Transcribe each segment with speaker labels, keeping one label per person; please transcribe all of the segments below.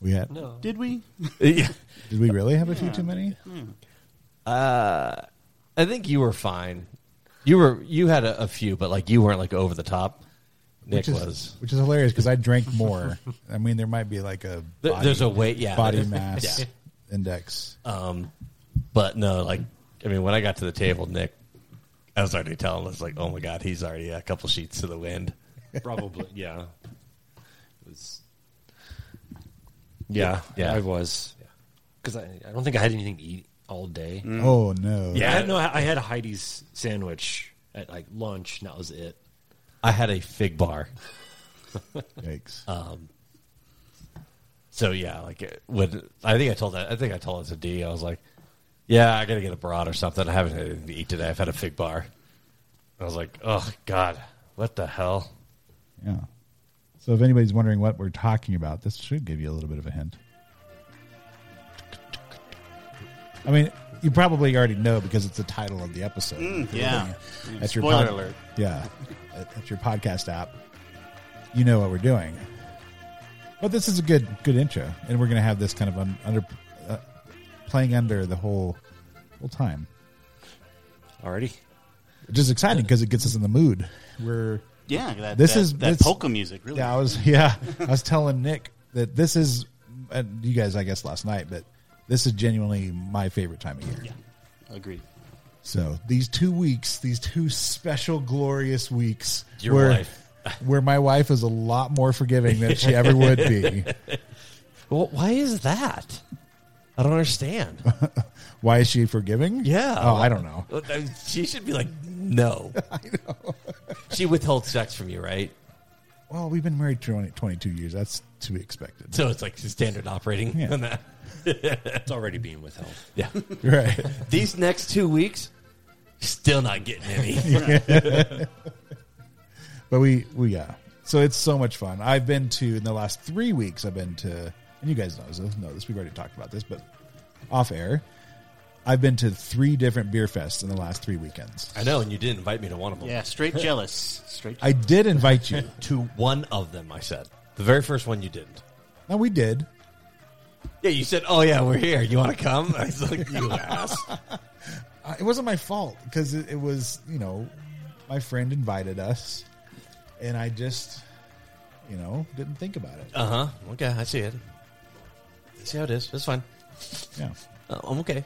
Speaker 1: We had.
Speaker 2: No.
Speaker 3: Did we?
Speaker 2: Yeah.
Speaker 1: Did we really have a few too many?
Speaker 2: I think you were fine. You were you had a, a few, but like you weren't like over the top. Nick
Speaker 1: Which is,
Speaker 2: was.
Speaker 1: which is hilarious because I drank more. I mean, there might be like a
Speaker 2: There-
Speaker 1: body-
Speaker 2: there's a weight, yeah,
Speaker 1: body
Speaker 2: there-
Speaker 1: mass
Speaker 2: yeah. Uh-huh.
Speaker 1: index.
Speaker 2: But no, like I mean, when I got to the table, Nick, I was already telling us like, oh my god, he's already a couple sheets to the wind.
Speaker 3: Probably. Yeah. It was-
Speaker 2: Yeah, yeah.
Speaker 3: I was. Because I, I don't think I had anything to eat all day.
Speaker 1: oh no!
Speaker 3: Yeah. I had, no, I had Heidi's sandwich at like lunch, and that was it.
Speaker 2: I had a fig bar,
Speaker 1: Yikes.
Speaker 2: Uh-huh. so yeah, like it- when I think I told that, I think I told it to D. I was like, yeah, I got to get a broad or something. I haven't had anything to eat today. I've had a fig bar. I was like, oh god, what the hell?
Speaker 1: yeah. So if anybody's wondering what we're talking about, this should give you a little bit of a hint. I mean, you probably already know because it's the title of the episode. If you're
Speaker 4: Hmm. yeah.
Speaker 1: looking
Speaker 4: Mm,
Speaker 1: At your
Speaker 4: spoiler
Speaker 1: pod-
Speaker 4: alert.
Speaker 1: Yeah. at, at your podcast app, you know what we're doing. But this is a good good intro, and we're going to have this kind of un, under uh, playing under the whole whole time,
Speaker 3: Already?
Speaker 1: which is exciting because it gets us in the mood. We're
Speaker 4: Yeah, that,
Speaker 1: This
Speaker 4: that-
Speaker 1: is-
Speaker 4: that
Speaker 1: this-
Speaker 4: polka music. Really,
Speaker 1: Yeah, I was. Yeah, I was telling Nick that this is uh, you guys. I guess last night, but this is genuinely my favorite time of year.
Speaker 4: agreed.
Speaker 1: So these two weeks, these two special glorious weeks,
Speaker 2: Your wife.
Speaker 1: where my wife is a lot more forgiving than she ever would be.
Speaker 2: Well, why is that? I don't understand.
Speaker 1: Why is she forgiving?
Speaker 2: Yeah.
Speaker 1: Oh, I don't know.
Speaker 2: Well, I- She should be like, no. I know. she withholds sex from you, right?
Speaker 1: Well, we've been married 20, 22 years. That's to be expected.
Speaker 2: So it's like standard operating.
Speaker 1: Yeah.
Speaker 2: on that.
Speaker 3: It's already being withheld.
Speaker 2: yeah.
Speaker 1: Right.
Speaker 2: These next two weeks, still not getting any.
Speaker 1: But we we yeah. So it's so much fun. I've been to in the last three weeks. I've been to and you guys know this. Know this. We've already talked about this, but off air, I've been to three different beer fests in the last three weekends.
Speaker 2: I know, and you didn't invite me to one of them.
Speaker 4: Yeah, straight jealous. Straight.
Speaker 1: I did invite you.
Speaker 2: To one of them, I said. The very first one you didn't.
Speaker 1: no, we did.
Speaker 2: Yeah, you said, oh, yeah, we're here. You want to come? I was like, you ass.
Speaker 1: Uh, it wasn't my fault because it, it was you know my friend invited us, and I just you know didn't think about it.
Speaker 2: Uh huh. Okay, I see it. I see how it is. It's fine.
Speaker 1: Yeah.
Speaker 2: Uh, I'm okay.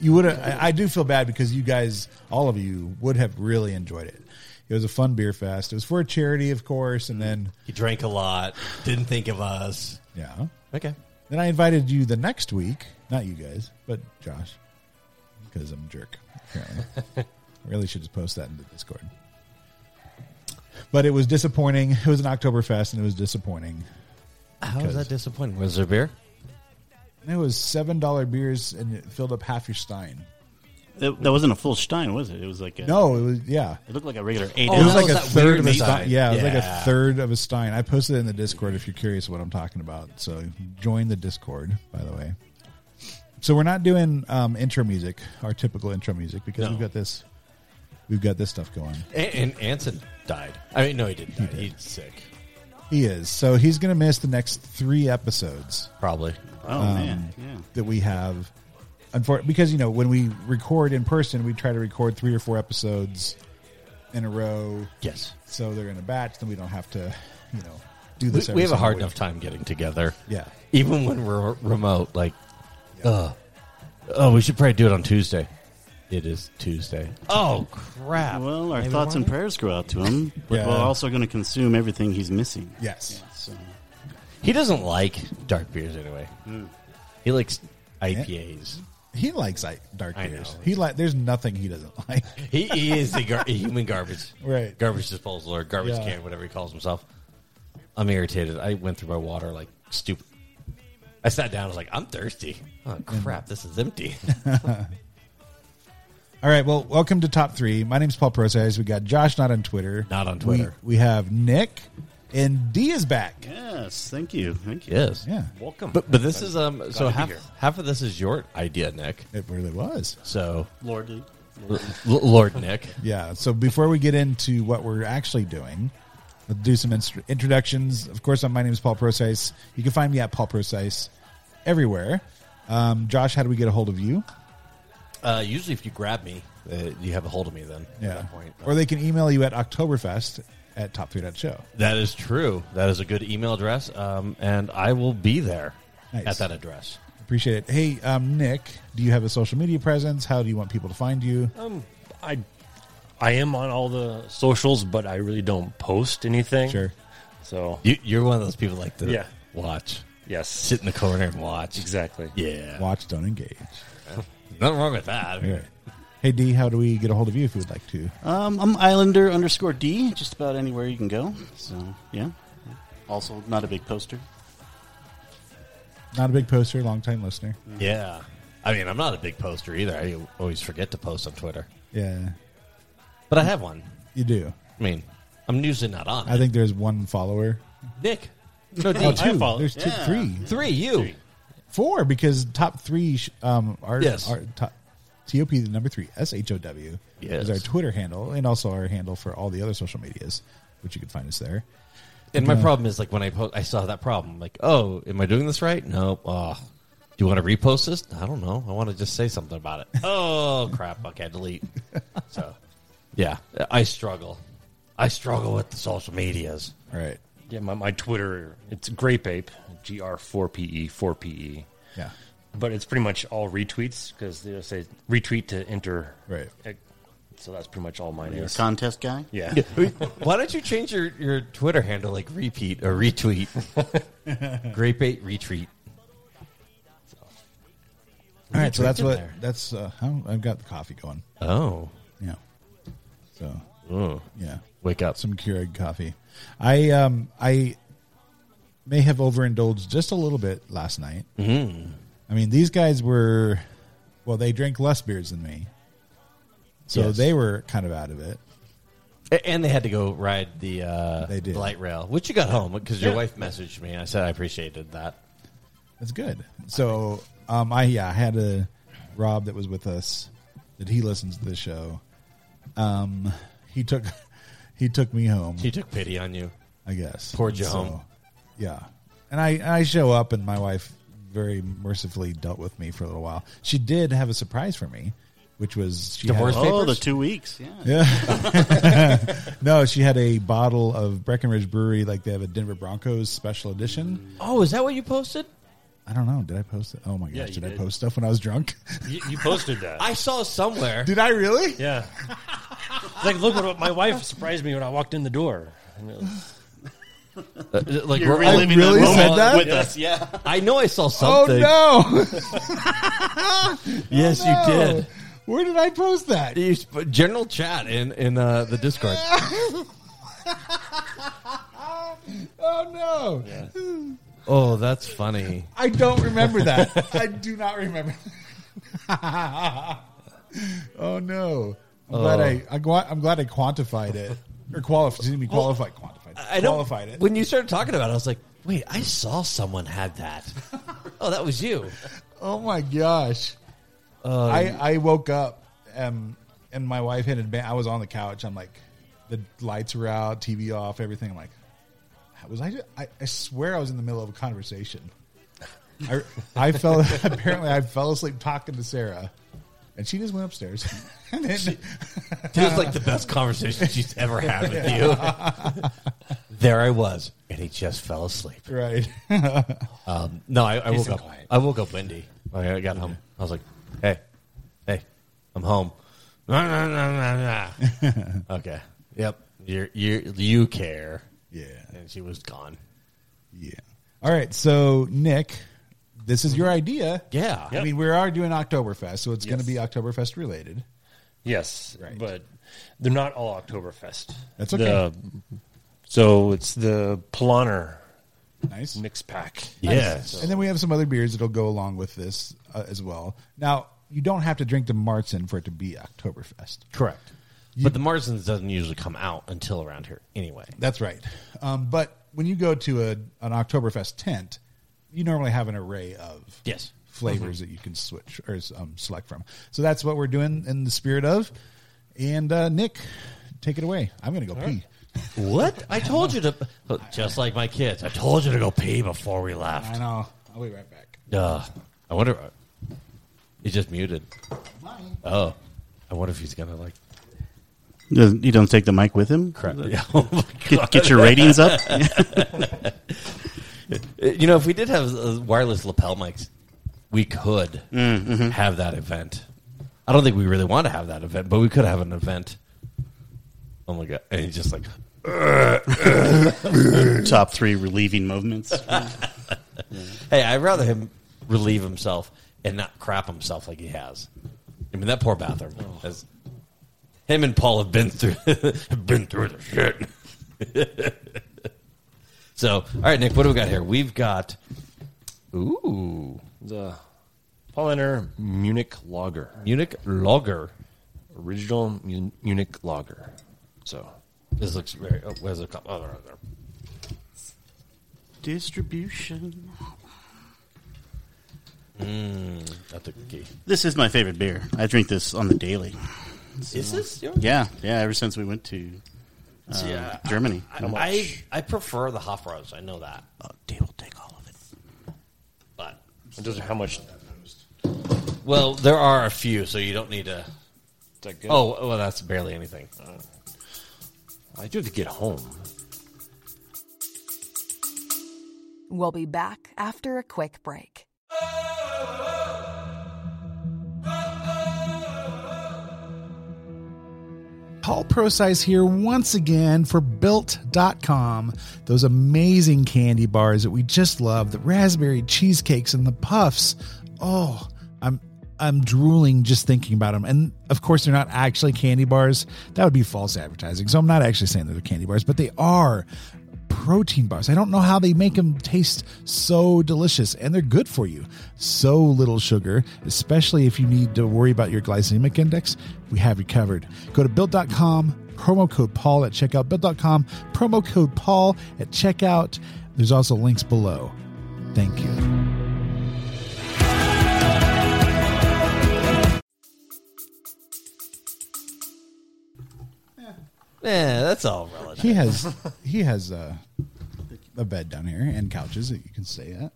Speaker 1: you would have I, I do feel bad because you guys all of you would have really enjoyed it it was a fun beer fest it was for a charity of course and then
Speaker 2: He drank a lot, didn't think of us.
Speaker 1: yeah
Speaker 2: Okay.
Speaker 1: then i invited you the next week not you guys but josh because i'm a jerk apparently I really should just post that in the discord but it was disappointing it was an oktoberfest and it was disappointing
Speaker 2: How
Speaker 1: Because-
Speaker 2: is that disappointing? Was there beer?
Speaker 1: and it was seven dollar beers and it filled up half your stein
Speaker 4: That, that wasn't a full Stein, was it? It was like a,
Speaker 1: no it was yeah
Speaker 4: It looked like a regular eight.
Speaker 2: Oh,
Speaker 1: it
Speaker 4: ounce.
Speaker 1: was
Speaker 2: that
Speaker 1: like
Speaker 2: was
Speaker 1: a
Speaker 2: that
Speaker 1: third
Speaker 2: weird
Speaker 1: of a
Speaker 2: meat.
Speaker 1: stein. Yeah, it was like a
Speaker 2: Yeah.
Speaker 1: third of a stein. I posted it in the Discord if you're curious what I'm talking about. So join the Discord, by the way. So we're not doing um, intro music, our typical intro music, because
Speaker 2: No.
Speaker 1: we've got this, we've got this stuff going.
Speaker 2: And, and Anson died. I mean, no, he didn't. die. He's sick,
Speaker 1: He is so he's going to miss the next three episodes
Speaker 2: probably.
Speaker 4: Oh
Speaker 1: um,
Speaker 4: man, yeah.
Speaker 1: that we have. Unfor- because you know when we record in person, we try to record three or four episodes in a row,
Speaker 2: Yes,
Speaker 1: so they're in a batch. Then we don't have to, you know, do
Speaker 2: we,
Speaker 1: this. every
Speaker 2: we have a
Speaker 1: single
Speaker 2: hard
Speaker 1: week.
Speaker 2: enough time getting together.
Speaker 1: Yeah.
Speaker 2: even when we're remote, like, uh, oh, we should probably do it on Tuesday. It is Tuesday. Oh crap!
Speaker 4: Well, our
Speaker 2: Maybe
Speaker 4: thoughts and
Speaker 2: tomorrow?
Speaker 4: prayers go out to him, but
Speaker 1: Yeah.
Speaker 4: we're also going to consume everything he's missing.
Speaker 1: Yes.
Speaker 4: So,
Speaker 2: He doesn't like dark beers anyway.
Speaker 1: Hmm.
Speaker 2: He likes IPAs.
Speaker 1: He likes like, dark
Speaker 2: I
Speaker 1: beers.
Speaker 2: know.
Speaker 1: He like there's nothing he doesn't like.
Speaker 2: He, he is a, gar- a human garbage,
Speaker 1: Right.
Speaker 2: Garbage disposal or garbage
Speaker 1: Yeah.
Speaker 2: can, whatever he calls himself. I'm irritated. I went through my water like stupid. I sat down. I was like, I'm thirsty. Oh crap! This is empty.
Speaker 1: All right, well, welcome to top three. My name's Paul Process. We got Josh not on Twitter.
Speaker 2: Not on Twitter.
Speaker 1: We, we have Nick, and D is back.
Speaker 4: yes, thank you, thank you.
Speaker 2: yes.
Speaker 1: Yeah,
Speaker 3: Welcome.
Speaker 2: But but this is um. So
Speaker 3: to be
Speaker 2: half
Speaker 3: here.
Speaker 2: half of this is your idea, Nick.
Speaker 1: it really was.
Speaker 2: So
Speaker 4: Lord.
Speaker 2: L- Lord Nick.
Speaker 1: Yeah. So before we get into what we're actually doing, Let's do some instru- introductions. Of course, my name is Paul Procise. You can find me at Paul Procise everywhere. Um, Josh, how do we get a hold of you?
Speaker 2: Uh, usually, if you grab me, uh, you have a hold of me then. At that point.
Speaker 1: Or they can email you at Oktoberfest at topfood.show.
Speaker 2: that is true. That is a good email address, um, and I will be there
Speaker 1: Nice.
Speaker 2: at that address.
Speaker 1: Appreciate it. Hey, um, Nick, do you have a social media presence? How do you want people to find you?
Speaker 3: Um, I I am on all the socials, but I really don't post anything.
Speaker 1: Sure.
Speaker 3: So
Speaker 2: You, you're one of those people like to
Speaker 3: Yeah.
Speaker 2: watch,
Speaker 3: yes,
Speaker 2: sit in the corner and watch.
Speaker 3: exactly.
Speaker 2: Yeah,
Speaker 1: Watch, don't engage.
Speaker 2: nothing wrong with that.
Speaker 1: All right. Hey, D, how do we get a hold of you if you would like to?
Speaker 4: Um, I'm Islander underscore D, just about anywhere you can go. So, yeah. Also, not a big poster.
Speaker 1: Not a big poster, long time listener.
Speaker 2: Yeah, I mean, I'm not a big poster either. I always forget to post on Twitter,
Speaker 1: Yeah,
Speaker 2: but I have one.
Speaker 1: you do.
Speaker 2: I mean, I'm usually not on.
Speaker 1: I think there's one follower.
Speaker 2: Nick, no, D,
Speaker 1: Oh, two.
Speaker 3: follow-
Speaker 1: There's two,
Speaker 4: yeah.
Speaker 1: three,
Speaker 2: three, you.
Speaker 1: four because top three sh- um, our,
Speaker 2: Yes.
Speaker 1: our top, TOP the number three S H O W
Speaker 2: Yes.
Speaker 1: is our Twitter handle and also our handle for all the other social medias, which you can find us there.
Speaker 2: And my problem is like when I post, I saw that problem. Like, oh, am I doing this right? No. Oh, do you want to repost this? I don't know. I want to just say something about it. Oh crap! Okay, delete. So, yeah, I struggle. I struggle with the social medias.
Speaker 1: All right,
Speaker 3: Yeah, my, my Twitter it's Grape Ape G R four P E four P E,
Speaker 1: yeah,
Speaker 3: but it's pretty much all retweets because they just say retweet to enter.
Speaker 1: Right.
Speaker 3: Eh, So that's pretty much all mine
Speaker 4: You're a
Speaker 3: is.
Speaker 4: contest guy?
Speaker 3: yeah.
Speaker 2: Why don't you change your, your Twitter handle like repeat or retweet? Grape eight retreat.
Speaker 1: all right. So that's what
Speaker 2: drinking there?
Speaker 1: that's. Uh, how- I've got the coffee going.
Speaker 2: Oh,
Speaker 1: Yeah. So
Speaker 2: Ooh.
Speaker 1: yeah,
Speaker 2: wake up!
Speaker 1: some Keurig coffee. I um I may have overindulged just a little bit last night. Mm. I mean, these guys were well, they drank less beers than me, so
Speaker 2: Yes.
Speaker 1: they were kind of out of it.
Speaker 2: A- And they had to go ride the, uh,
Speaker 1: They did.
Speaker 2: the light rail, which you got home because your
Speaker 3: Yeah.
Speaker 2: wife messaged me. and I said I appreciated that.
Speaker 1: That's good. So, um, I yeah, I had a Rob that was with us that he listens to the show. Um, he took he took me home.
Speaker 2: He took pity on you.
Speaker 1: I guess
Speaker 2: Poured you home.
Speaker 1: Yeah, and I and I show up, and my wife very mercifully dealt with me for a little while. She did have a surprise for me, which was she had-
Speaker 2: Divorce
Speaker 4: Oh,
Speaker 2: papers?
Speaker 4: the two weeks. Yeah.
Speaker 1: no, she had a bottle of Breckenridge Brewery, like they have a Denver Broncos special edition.
Speaker 2: Oh, is that what you posted?
Speaker 1: I don't know. Did I post it? Oh my gosh,
Speaker 3: Yeah, you
Speaker 1: did I
Speaker 3: did.
Speaker 1: post stuff when I was drunk?
Speaker 3: You, you posted that.
Speaker 2: I saw somewhere.
Speaker 1: did I really?
Speaker 3: yeah. It's like look what my wife surprised me when I walked in the door. And it was-
Speaker 2: Uh, like
Speaker 4: You're
Speaker 2: I,
Speaker 4: reliving
Speaker 1: really
Speaker 4: that moment
Speaker 1: said that?
Speaker 4: with us. Yeah.
Speaker 2: I know I saw
Speaker 1: Oh
Speaker 2: something.
Speaker 1: no! Oh,
Speaker 2: Yes, you
Speaker 1: No.
Speaker 2: did.
Speaker 1: Where did I post that?
Speaker 2: You sp- General chat in in uh, the Discord.
Speaker 1: Oh no!
Speaker 2: oh, that's funny.
Speaker 1: I don't remember that. I do not remember. oh no! I'm
Speaker 2: Oh.
Speaker 1: glad I, I gua- I'm glad I quantified it or qualified. Excuse me, qualified, quantified,
Speaker 2: I don't,
Speaker 1: qualified it.
Speaker 2: When you started talking about it, I was like, wait, I saw someone had that. oh, that was you.
Speaker 1: Oh my gosh! I I woke up um, and my wife had advan I was on the couch. I'm like, the lights were out, TV off, everything. I'm like, was I? Just, I, I swear I was in the middle of a conversation. I I fell apparently I fell asleep talking to Sarah, and she just went upstairs. and then,
Speaker 2: This is like the best conversation she's ever had with you. there I was, and he just fell asleep.
Speaker 1: right.
Speaker 2: Um, no, I, I woke
Speaker 3: so
Speaker 2: up.
Speaker 3: quiet.
Speaker 2: I woke up windy. Like, I got home. I was like, "Hey, hey, I'm home." Nah, nah, nah, nah, nah. okay. Yep. You you you care,
Speaker 1: Yeah.
Speaker 2: and she was gone.
Speaker 1: Yeah. All right. So Nick, this is your idea.
Speaker 2: Yeah.
Speaker 1: I mean, we are doing Oktoberfest, so it's going to be Oktoberfest related.
Speaker 3: yes,
Speaker 1: Right.
Speaker 3: but they're not all Oktoberfest.
Speaker 1: That's
Speaker 3: The- so it's the Ploner
Speaker 1: Nice.
Speaker 3: mix pack.
Speaker 2: Yes.
Speaker 1: And then we have some other beers that'll go along with this uh, as well. Now, you don't have to drink the Martzen for it to be Oktoberfest.
Speaker 2: Correct. but the Marsons doesn't usually come out until around here anyway.
Speaker 1: That's right. Um, but when you go to a, an Oktoberfest tent, you normally have an array of
Speaker 2: Yes.
Speaker 1: flavors that you can switch or um, select from. So that's what we're doing in the spirit of. And uh, Nick, take it away. I'm going to go pee.
Speaker 2: What? I told you to. Just like my kids, I told you to go pee before we
Speaker 1: I
Speaker 2: left.
Speaker 1: know. I'll be right back.
Speaker 2: Duh. I wonder. uh, He's just muted. Oh, I wonder if he's gonna like.
Speaker 4: Doesn't- He doesn't take the mic with him.
Speaker 2: Crap.
Speaker 4: Get, get your ratings up.
Speaker 2: You know, if we did have uh, wireless lapel mics, we could have that event. I don't think we really want to have that event, but we could have an event. Oh my god! And he's just like,
Speaker 4: Top three relieving movements.
Speaker 2: "Hey, I'd rather him relieve himself and not crap himself like he has." I mean, that poor bathroom. Has, him and Paul have been through have been through the shit. so, all right, Nick, what do we got here? We've got ooh
Speaker 3: The Pauliner Munich Lager.
Speaker 2: Munich Lager.
Speaker 3: Original Mun- Munich Lager. So,
Speaker 2: This looks very. Oh, where's the cup? Oh, there, there.
Speaker 4: Distribution.
Speaker 2: I took the key.
Speaker 4: This is my favorite beer. I drink this on the daily.
Speaker 2: Is this? your-
Speaker 4: Yeah, yeah. Ever since we went to uh,
Speaker 2: Yeah.
Speaker 4: Germany,
Speaker 2: I, I I prefer the Hofbräu. I know that,
Speaker 4: oh, Dave will take all of it.
Speaker 2: but
Speaker 3: it doesn't how much.
Speaker 2: well, there are a few, so you don't need to.
Speaker 3: That good?
Speaker 2: Oh, well, that's barely anything.
Speaker 3: I do have to get home.
Speaker 5: We'll be back after a quick break.
Speaker 1: Paul Procise here once again for Built.com. Those amazing candy bars that we just love, the raspberry cheesecakes and the puffs. Oh, I'm I'm drooling just thinking about them. And of course, they're not actually candy bars. That would be false advertising. So I'm not actually saying that they're candy bars, but they are protein bars. I don't know how they make them taste so delicious and they're good for you. So little sugar, especially if you need to worry about your glycemic index, we have you covered. Go to built.com, promo code Paul at checkout, built.com, promo code Paul at checkout. There's also links below. Thank you.
Speaker 2: Yeah, that's all relative.
Speaker 1: He has he has a, a bed down here and couches that you can stay at.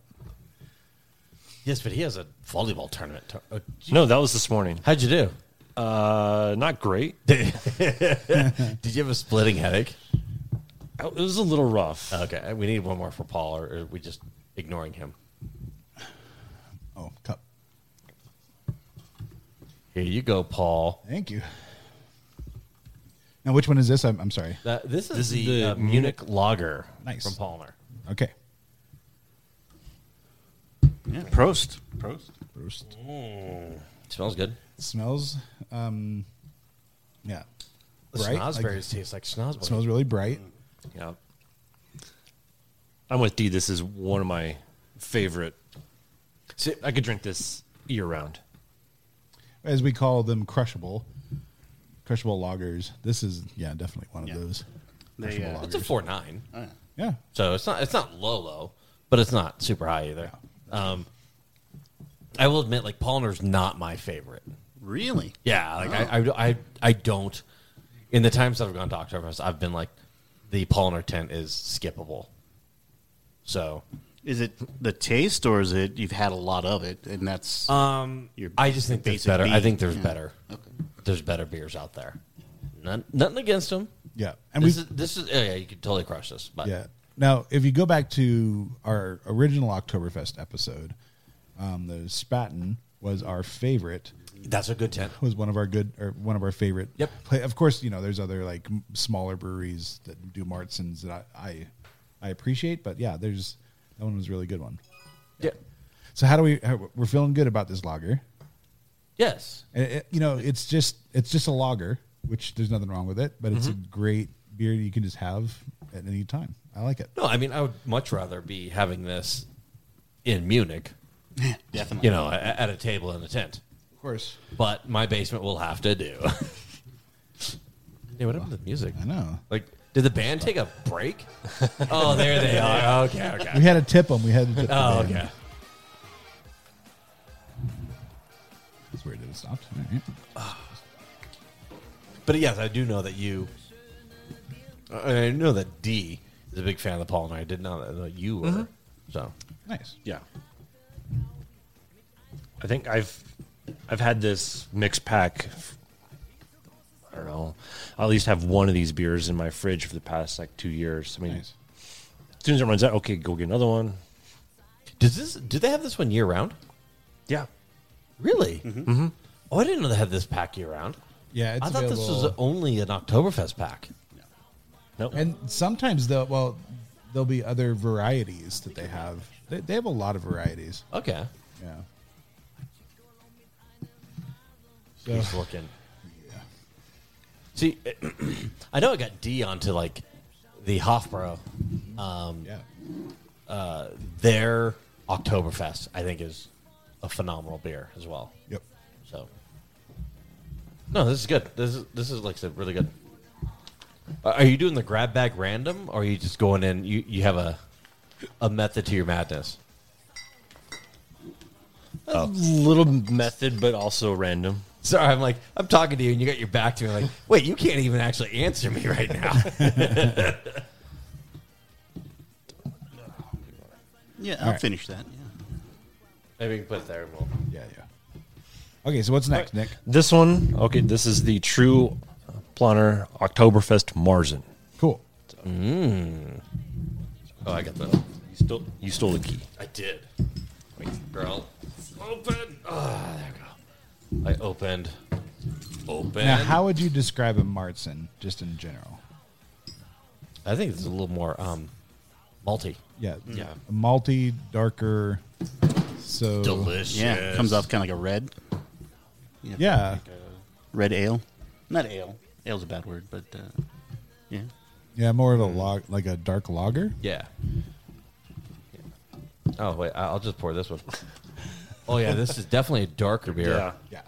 Speaker 2: Yes, but he has a volleyball tournament. to- uh,
Speaker 3: No, that was this morning.
Speaker 2: How'd you do?
Speaker 3: Uh, not great.
Speaker 2: Did you have a splitting headache?
Speaker 3: It was a little rough.
Speaker 2: Okay, we need one more for Paul, or, or we just ignoring him.
Speaker 1: Oh, cup.
Speaker 2: Here you go, Paul.
Speaker 1: Thank you. Now, which one is this? I'm, I'm sorry.
Speaker 2: Uh, this is
Speaker 3: This is
Speaker 2: the,
Speaker 3: the
Speaker 2: uh, Munich Lager
Speaker 1: Nice.
Speaker 2: from Palmer.
Speaker 1: Okay.
Speaker 4: Yeah, Prost. Prost.
Speaker 1: Roast.
Speaker 2: Smells good.
Speaker 1: smells um yeah
Speaker 2: The Mm.
Speaker 1: Bright, like-
Speaker 2: snozberries taste like snozberries.
Speaker 1: smells really bright
Speaker 3: Yeah. I'm with D. This is one of my favorite. See, I could drink this year round.
Speaker 1: as we call them crushable crushable loggers this is yeah definitely one of
Speaker 4: Yeah.
Speaker 1: those
Speaker 4: They,
Speaker 1: crushable
Speaker 4: uh,
Speaker 2: It's a four nine,
Speaker 1: yeah
Speaker 2: so it's not it's not low low, but it's not super high either. Um, I will admit, like Palmer's not my favorite.
Speaker 4: Really?
Speaker 2: Yeah, like I, I I I don't. In the times that I've gone to Oktoberfest, I've been like, the Palmer tent is skippable. So
Speaker 4: Is it the taste, or is it you've had a lot of it, and that's
Speaker 2: Um,
Speaker 4: Your
Speaker 2: I just think there's
Speaker 4: basic
Speaker 2: better. I
Speaker 4: beat.
Speaker 2: think there's
Speaker 4: Yeah.
Speaker 2: better. There's better beers out there. None, nothing against them.
Speaker 1: yeah and
Speaker 2: And
Speaker 1: we
Speaker 2: this is this is oh yeah. You could totally crush this. But
Speaker 1: yeah now if you go back to our original oktoberfest episode um the spaten was our favorite
Speaker 2: that's a good tent.
Speaker 1: was one of our good or one of our favorite.
Speaker 2: Yep.
Speaker 1: Pla- of course, you know there's other like m- smaller breweries that do Martzens that I, I I appreciate, but yeah, there's that one was a really good one.
Speaker 2: Yeah.
Speaker 1: So how do we? How, we're feeling good about this lager.
Speaker 2: Yes.
Speaker 1: And it- you know, it's just it's just a lager, which there's nothing wrong with it, but it's
Speaker 2: Mm-hmm.
Speaker 1: a great beer you can just have at any time. I like it.
Speaker 2: No. I mean, I would much rather be having this in Munich.
Speaker 4: definitely
Speaker 2: You know, a- at a table in a tent.
Speaker 1: Of course,
Speaker 2: But my basement will have to do. yeah. What happened to the music?
Speaker 1: I know.
Speaker 2: Like, did the band take a break? oh, there they are. Okay. Okay.
Speaker 1: We had to tip them. We had to tip
Speaker 2: Oh,
Speaker 1: them.
Speaker 2: okay.
Speaker 1: It's weird that it stopped. All right.
Speaker 2: But yes, I do know that you And I know that D is a big fan of the Paul, and I did not know that you were. So
Speaker 1: Nice.
Speaker 3: Yeah. I think I've I've had this mixed pack. I don't know. I at least have one of these beers in my fridge for the past like two years. I mean,
Speaker 1: Nice.
Speaker 3: as soon as it runs out, okay, go get another one.
Speaker 2: does this? Do they have this one year round?
Speaker 3: Yeah.
Speaker 2: Really? Mm-hmm. Oh, I didn't know they had this pack year round.
Speaker 1: Yeah, it's
Speaker 2: I thought this was
Speaker 1: available-
Speaker 2: only an Oktoberfest pack.
Speaker 3: Nope.
Speaker 1: And sometimes they'll well, there'll be other varieties that they have. They, they have a lot of varieties.
Speaker 2: Okay.
Speaker 1: Yeah. So
Speaker 2: He's looking. See, I know I got D onto like the Hofbräu.
Speaker 1: yeah,
Speaker 2: Their Oktoberfest, I think, is a phenomenal beer as well.
Speaker 1: yep.
Speaker 2: So, no, this is good. This is this is like I said, really good. Are are you doing the grab bag random, or are you just going in? You you have a a method to your madness.
Speaker 3: a little method, but also random.
Speaker 2: Sorry, I'm like I'm talking to you, and you got your back to me. Like, wait, you can't even actually answer me right now.
Speaker 4: Yeah, I'll
Speaker 1: right.
Speaker 4: finish that. Yeah.
Speaker 2: Maybe we can put it there. and We'll...
Speaker 1: Yeah, yeah. Okay, so what's next, Nick?
Speaker 3: This one, okay, this is the True Planer Oktoberfest Marzen.
Speaker 1: Cool.
Speaker 2: Oh, I got the.
Speaker 3: You stole, you stole the key.
Speaker 2: I did. Wait, girl, open. Ah, there we go. I opened. Open.
Speaker 1: Now, how would you describe a Martzen just in general?
Speaker 2: I think it's a little more um, malty.
Speaker 1: Yeah,
Speaker 2: Yeah.
Speaker 1: A malty, darker. So
Speaker 2: Delicious.
Speaker 4: Yeah, it comes off kind of like a red. Yeah.
Speaker 1: yeah,
Speaker 4: Red ale. Not ale. Ale's a bad word, but uh, yeah.
Speaker 1: yeah, more of a log, like a dark lager.
Speaker 2: Yeah. Oh wait, I- I'll just pour this one. oh yeah, this is definitely a darker beer.
Speaker 1: Yeah.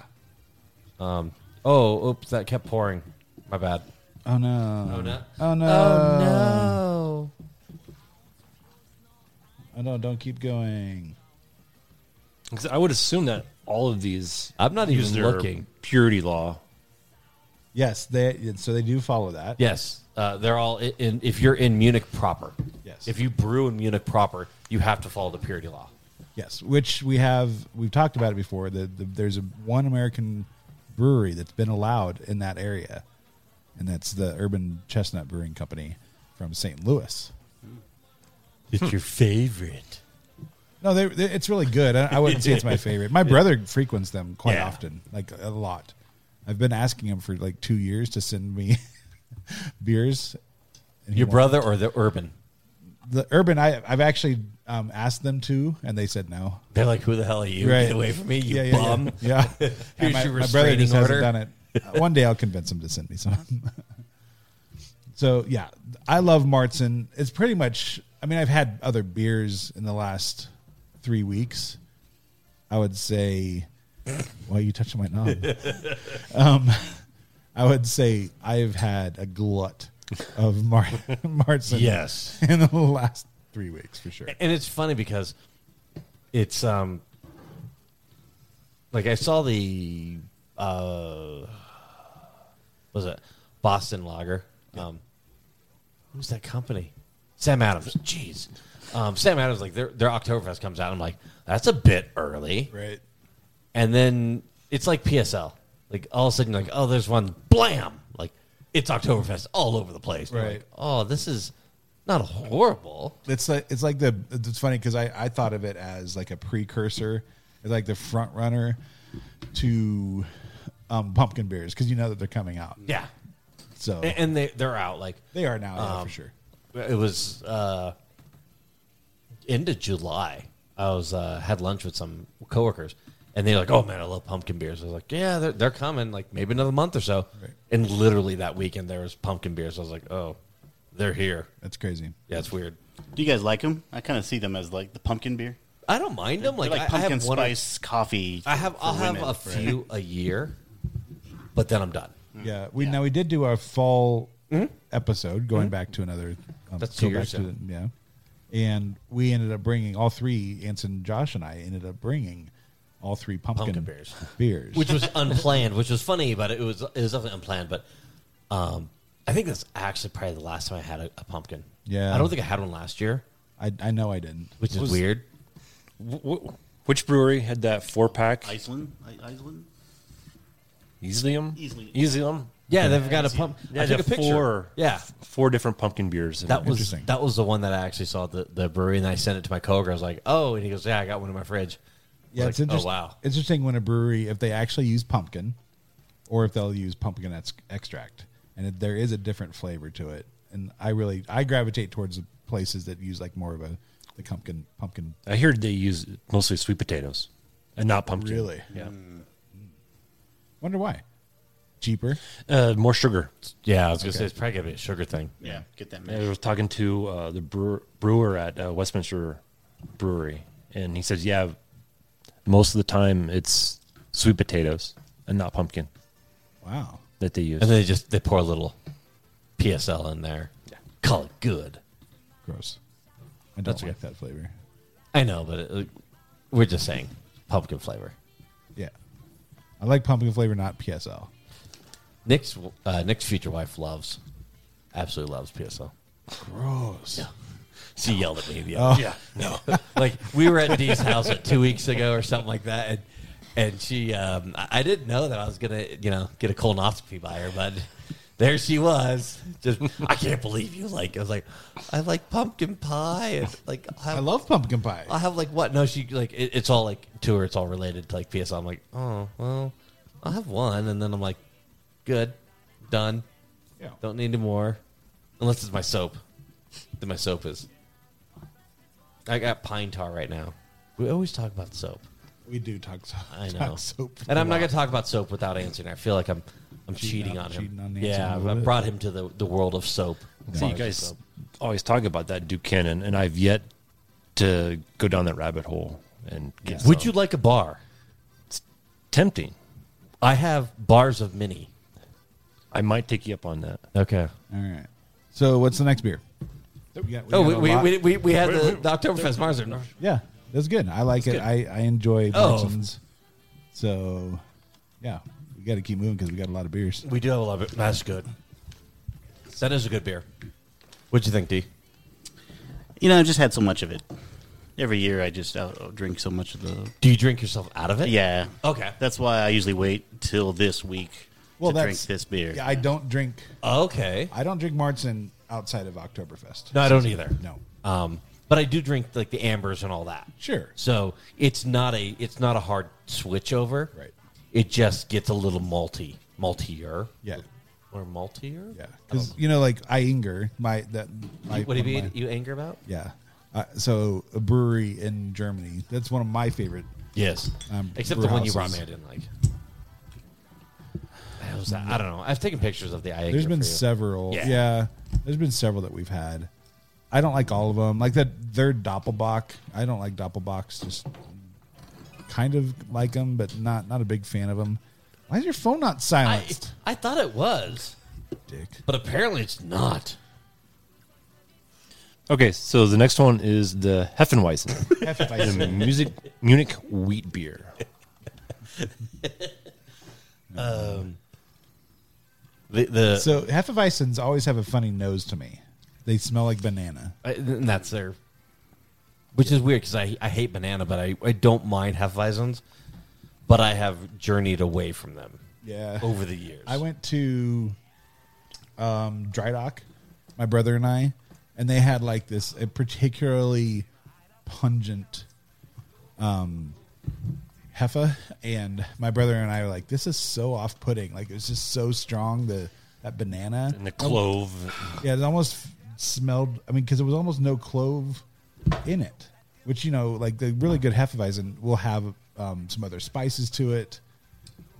Speaker 2: Oh, oops, that kept pouring. My bad.
Speaker 1: Oh no.
Speaker 2: Oh, no.
Speaker 1: Oh no.
Speaker 2: no.
Speaker 1: Oh no! Don't keep going.
Speaker 3: 'Cause I would assume that all of these
Speaker 2: I'm not
Speaker 3: use
Speaker 2: even
Speaker 3: their
Speaker 2: looking.
Speaker 3: purity law.
Speaker 1: Yes, they so they do follow that.
Speaker 2: Yes, uh, they're all i- in. If you're in Munich proper,
Speaker 1: Yes.
Speaker 2: If you brew in Munich proper, you have to follow the purity law.
Speaker 1: Yes, which we have we've talked about it before. The, the, there's a, one American brewery that's been allowed in that area, and that's the Urban Chestnut Brewing Company from St. Louis.
Speaker 2: It's your favorite.
Speaker 1: No, they, they- it's really good. I, I wouldn't say it's my favorite. My brother frequents them quite
Speaker 3: Yeah.
Speaker 1: often, like a lot. I've been asking him for like two years to send me beers. and he
Speaker 2: Your
Speaker 1: won't.
Speaker 2: brother or the urban?
Speaker 1: the Urban. I, I've actually um, asked them to, and they said no.
Speaker 2: They're like, who the hell are you?
Speaker 1: Right.
Speaker 2: Get away from me, you
Speaker 1: yeah, yeah,
Speaker 2: bum!
Speaker 1: Yeah, yeah.
Speaker 2: Here's
Speaker 1: my,
Speaker 2: your
Speaker 1: my brother just
Speaker 2: restraining
Speaker 1: hasn't
Speaker 2: order.
Speaker 1: done it. Uh, One day I'll convince him to send me some. so yeah, I love Martzen. It's pretty much. I mean, I've had other beers in the last three weeks. I would say. Why are you touching my knob? um, I would say I've had a glut of Mar- Martzen.
Speaker 2: Yes.
Speaker 1: in the last three weeks for sure.
Speaker 2: And it's funny because it's um like I saw the uh was it Boston Lager? Um who's that company? Sam Adams. Jeez. Um, Sam Adams, like their their Oktoberfest comes out. I'm like, that's a bit early.
Speaker 1: Right.
Speaker 2: And then it's like PSL. Like all of a sudden, like, oh, there's one, blam! Like it's Oktoberfest all over the place. And you're
Speaker 1: Right.
Speaker 2: Like, oh, this is not horrible.
Speaker 1: it's like it's like the it's funny because I I thought of it as like a precursor, it's like the front runner to um, pumpkin beers because you know that they're coming out.
Speaker 2: Yeah.
Speaker 1: So
Speaker 2: A- and they they're out like
Speaker 1: they are now yeah,
Speaker 2: Um,
Speaker 1: for sure.
Speaker 2: it was uh end of july i was uh had lunch with some coworkers and they're like oh man i love pumpkin beers i was like yeah they're, they're coming like maybe another month or so
Speaker 1: Right.
Speaker 2: and literally that weekend there was pumpkin beers i was like oh they're here
Speaker 1: That's crazy.
Speaker 2: yeah it's weird
Speaker 4: Do you guys like them? I kind of see them as like the pumpkin beer.
Speaker 2: i don't mind them
Speaker 4: They're
Speaker 2: like, I-
Speaker 4: pumpkin
Speaker 2: I have one or-
Speaker 4: spice coffee.
Speaker 2: i have
Speaker 4: for
Speaker 2: i'll have
Speaker 4: women,
Speaker 2: a
Speaker 4: right?
Speaker 2: few a year but then i'm done
Speaker 1: Yeah, we now we did do our fall episode going back to another. Um,
Speaker 2: Mm-hmm. That's
Speaker 1: go back
Speaker 2: two years ago.
Speaker 1: the- yeah, and we ended up bringing all three. Anson, Josh, and I ended up bringing all three pumpkin,
Speaker 2: Pumpkin beers.
Speaker 1: Beers,
Speaker 2: which was unplanned, which was funny, but it was it was definitely unplanned. But um, I think that's actually probably the last time I had a, a pumpkin.
Speaker 1: Yeah.
Speaker 2: I don't think I had one last year,
Speaker 1: I, I know I didn't.
Speaker 2: which is
Speaker 3: Was-
Speaker 2: weird.
Speaker 3: Wh- wh- Which brewery had that four pack?
Speaker 4: Iceland? I- Iceland?
Speaker 3: Islium?
Speaker 4: Islay.
Speaker 3: Islium?
Speaker 2: Yeah, they've got a pump.
Speaker 3: They
Speaker 2: I
Speaker 3: had
Speaker 2: took a picture.
Speaker 3: Four,
Speaker 2: yeah,
Speaker 3: f- four different pumpkin beers. in
Speaker 2: that
Speaker 3: it.
Speaker 2: was
Speaker 1: Interesting.
Speaker 2: that was the one that I actually saw at the, the brewery, and I sent it to my coworker. I was like, "Oh," and he goes, "Yeah, I got one in my fridge." I was
Speaker 1: Yeah, it's
Speaker 2: like,
Speaker 1: interest-
Speaker 2: Oh wow,
Speaker 1: interesting when a brewery if they actually use pumpkin, or if they'll use pumpkin ex- extract, and it, there is a different flavor to it. And I really I gravitate towards the places that use like more of a the pumpkin pumpkin.
Speaker 3: I heard they use mostly sweet potatoes and not pumpkin.
Speaker 1: Really?
Speaker 3: Yeah.
Speaker 2: Hmm.
Speaker 1: Wonder why? Cheaper.
Speaker 3: Uh, more sugar.
Speaker 2: yeah. I was gonna say it's probably gonna be a sugar thing.
Speaker 4: Yeah, get that
Speaker 3: I
Speaker 4: mixed.
Speaker 3: was talking to uh, the brewer, brewer at uh, Westminster Brewery, and he says, "Yeah, most of the time it's sweet potatoes and not pumpkin
Speaker 1: Wow.
Speaker 3: that they use."
Speaker 2: And they just they pour a little PSL in there. Call it good.
Speaker 1: Gross. I don't
Speaker 2: That's
Speaker 1: like
Speaker 2: okay.
Speaker 1: that flavor.
Speaker 2: I know, but it, we're just saying pumpkin flavor.
Speaker 1: Yeah. I like pumpkin flavor, not PSL.
Speaker 2: Nick's uh, Nick's future wife loves, absolutely loves PSL.
Speaker 1: Gross.
Speaker 2: She yelled at me the other
Speaker 3: Oh. yeah, no.
Speaker 2: like we were at Dee's house like, two weeks ago or something like that, and and she, um, I, I didn't know that I was gonna, you know, get a colonoscopy by her, but there she was. Just, I can't believe you. Like, I was like, I like pumpkin pie. And, like,
Speaker 1: I love pumpkin pie.
Speaker 2: I have like what? No, she like it, it's all like to her. It's all related to like PSL. I'm like, oh well, I have one, and then I'm like, good, done.
Speaker 1: Yeah.
Speaker 2: Don't need any more, unless it's my soap. Then my soap is. I got pine tar right now. We always talk about soap.
Speaker 1: We do talk soap.
Speaker 2: I know
Speaker 1: Talk soap.
Speaker 2: and I'm not gonna talk about soap without answering. I feel like I'm I'm
Speaker 1: Cheating
Speaker 2: cheating,
Speaker 1: on-
Speaker 2: on him.
Speaker 1: cheating on Nancy a
Speaker 2: yeah,
Speaker 1: little
Speaker 2: I
Speaker 1: bit.
Speaker 2: brought him to the the world of soap.
Speaker 3: So you guys always talk about that Buchanan, and I've yet to go down that rabbit hole and get.
Speaker 2: would
Speaker 3: some.
Speaker 2: you like a bar?
Speaker 3: tempting?
Speaker 2: I have bars of mini.
Speaker 3: I might take you up on that.
Speaker 2: Okay.
Speaker 1: All right. So what's the next beer? We got-
Speaker 2: Oh,
Speaker 1: got
Speaker 2: we,
Speaker 1: a
Speaker 2: we,
Speaker 1: lot.
Speaker 2: we, we, we had the, the Oktoberfest Marzer.
Speaker 1: Yeah, that's good. I like it. I, I enjoy
Speaker 2: Oh.
Speaker 1: Marston's. So, yeah, we got to keep moving because we got a lot of beers.
Speaker 2: We do have a lot of it. That's good. That is a good beer. What'd you think, D?
Speaker 4: You know, I just had so much of it. Every year, I just out drink so much of the.
Speaker 2: Do you drink yourself out of it?
Speaker 4: Yeah.
Speaker 2: Okay.
Speaker 4: That's why I usually wait till this week
Speaker 1: Well,
Speaker 4: to drink
Speaker 1: that's-
Speaker 4: this beer.
Speaker 1: Yeah, I don't drink.
Speaker 2: Okay.
Speaker 1: I don't drink Martin outside of Oktoberfest.
Speaker 2: No, I don't either.
Speaker 1: No.
Speaker 2: Um, but I do drink like the ambers and all that.
Speaker 1: Sure.
Speaker 2: So it's not a it's not a hard switch over.
Speaker 1: Right.
Speaker 2: It just gets a little malty, maltier.
Speaker 1: Yeah.
Speaker 2: Or maltier.
Speaker 1: Yeah,
Speaker 2: I don't
Speaker 1: because you know, like Iinger, my that my,
Speaker 2: know. What
Speaker 1: one
Speaker 2: do you
Speaker 1: of
Speaker 2: mean?
Speaker 1: my-
Speaker 2: You anger about?
Speaker 1: yeah, uh, so a brewery in Germany. That's one of my favorite.
Speaker 2: Yes.
Speaker 1: Um,
Speaker 2: Except the one you
Speaker 1: brewhouses.
Speaker 2: brought me, I didn't like. That was- I don't know. I've taken pictures of the Iager.
Speaker 1: There's been
Speaker 2: for you.
Speaker 1: several. Yeah.
Speaker 2: Yeah.
Speaker 1: there's been several that we've had. I don't like all of them. Like that, they're Doppelbock. I don't like Doppelbocks. Just kind of like them, but not not a big fan of them. Why is your phone not
Speaker 2: I,
Speaker 1: silenced,
Speaker 2: I thought it was,
Speaker 1: Dick?
Speaker 2: but apparently it's not.
Speaker 3: Okay, so the next one is the Heffenweizen, the
Speaker 1: Hefeweizen.
Speaker 3: music Munich wheat beer.
Speaker 2: The, the
Speaker 1: so Hefeweizens always have a funny nose to me. They smell like banana.
Speaker 2: I- and that's their, which is weird because I I hate banana, but I, I don't mind Hefeweizens, but I have journeyed away from them.
Speaker 1: Yeah.
Speaker 2: over the years.
Speaker 1: I went to um, Dry Dock, my brother and I, and they had like this a particularly pungent um, heffa, and my brother and I were like, "This is so off-putting. Like it was just so strong. The that banana
Speaker 3: And the clove.
Speaker 1: yeah, it almost smelled. I mean, because it was almost no clove in it, which you know, like the really good hefeweizen will have um, some other spices to it,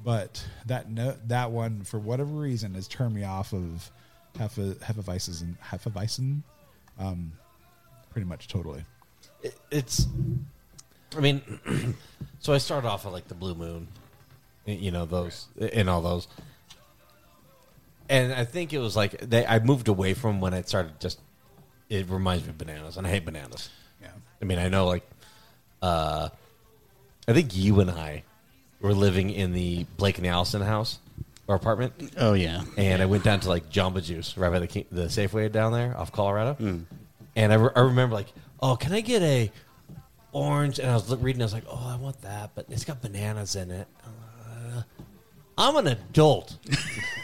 Speaker 1: but that no, that one for whatever reason has turned me off of hefe hefeweizens and hefeweizen, um, pretty much totally.
Speaker 2: It- it's, I mean, so I started off with like the Blue Moon, y- you know those and all those, and I think it was like they I moved away from when I started just. It reminds me of bananas, and I hate bananas.
Speaker 1: Yeah,
Speaker 2: I mean, I know, like, uh, I think you and I were living in the Blake and Allison house, or apartment,
Speaker 4: Oh yeah.
Speaker 2: and I went down to like Jamba Juice right by the Ki- the Safeway down there off Colorado, and I, re- I remember like, oh, can I get a orange? And I was look- reading, I was like, oh, I want that, but it's got bananas in it. Uh, I'm an adult.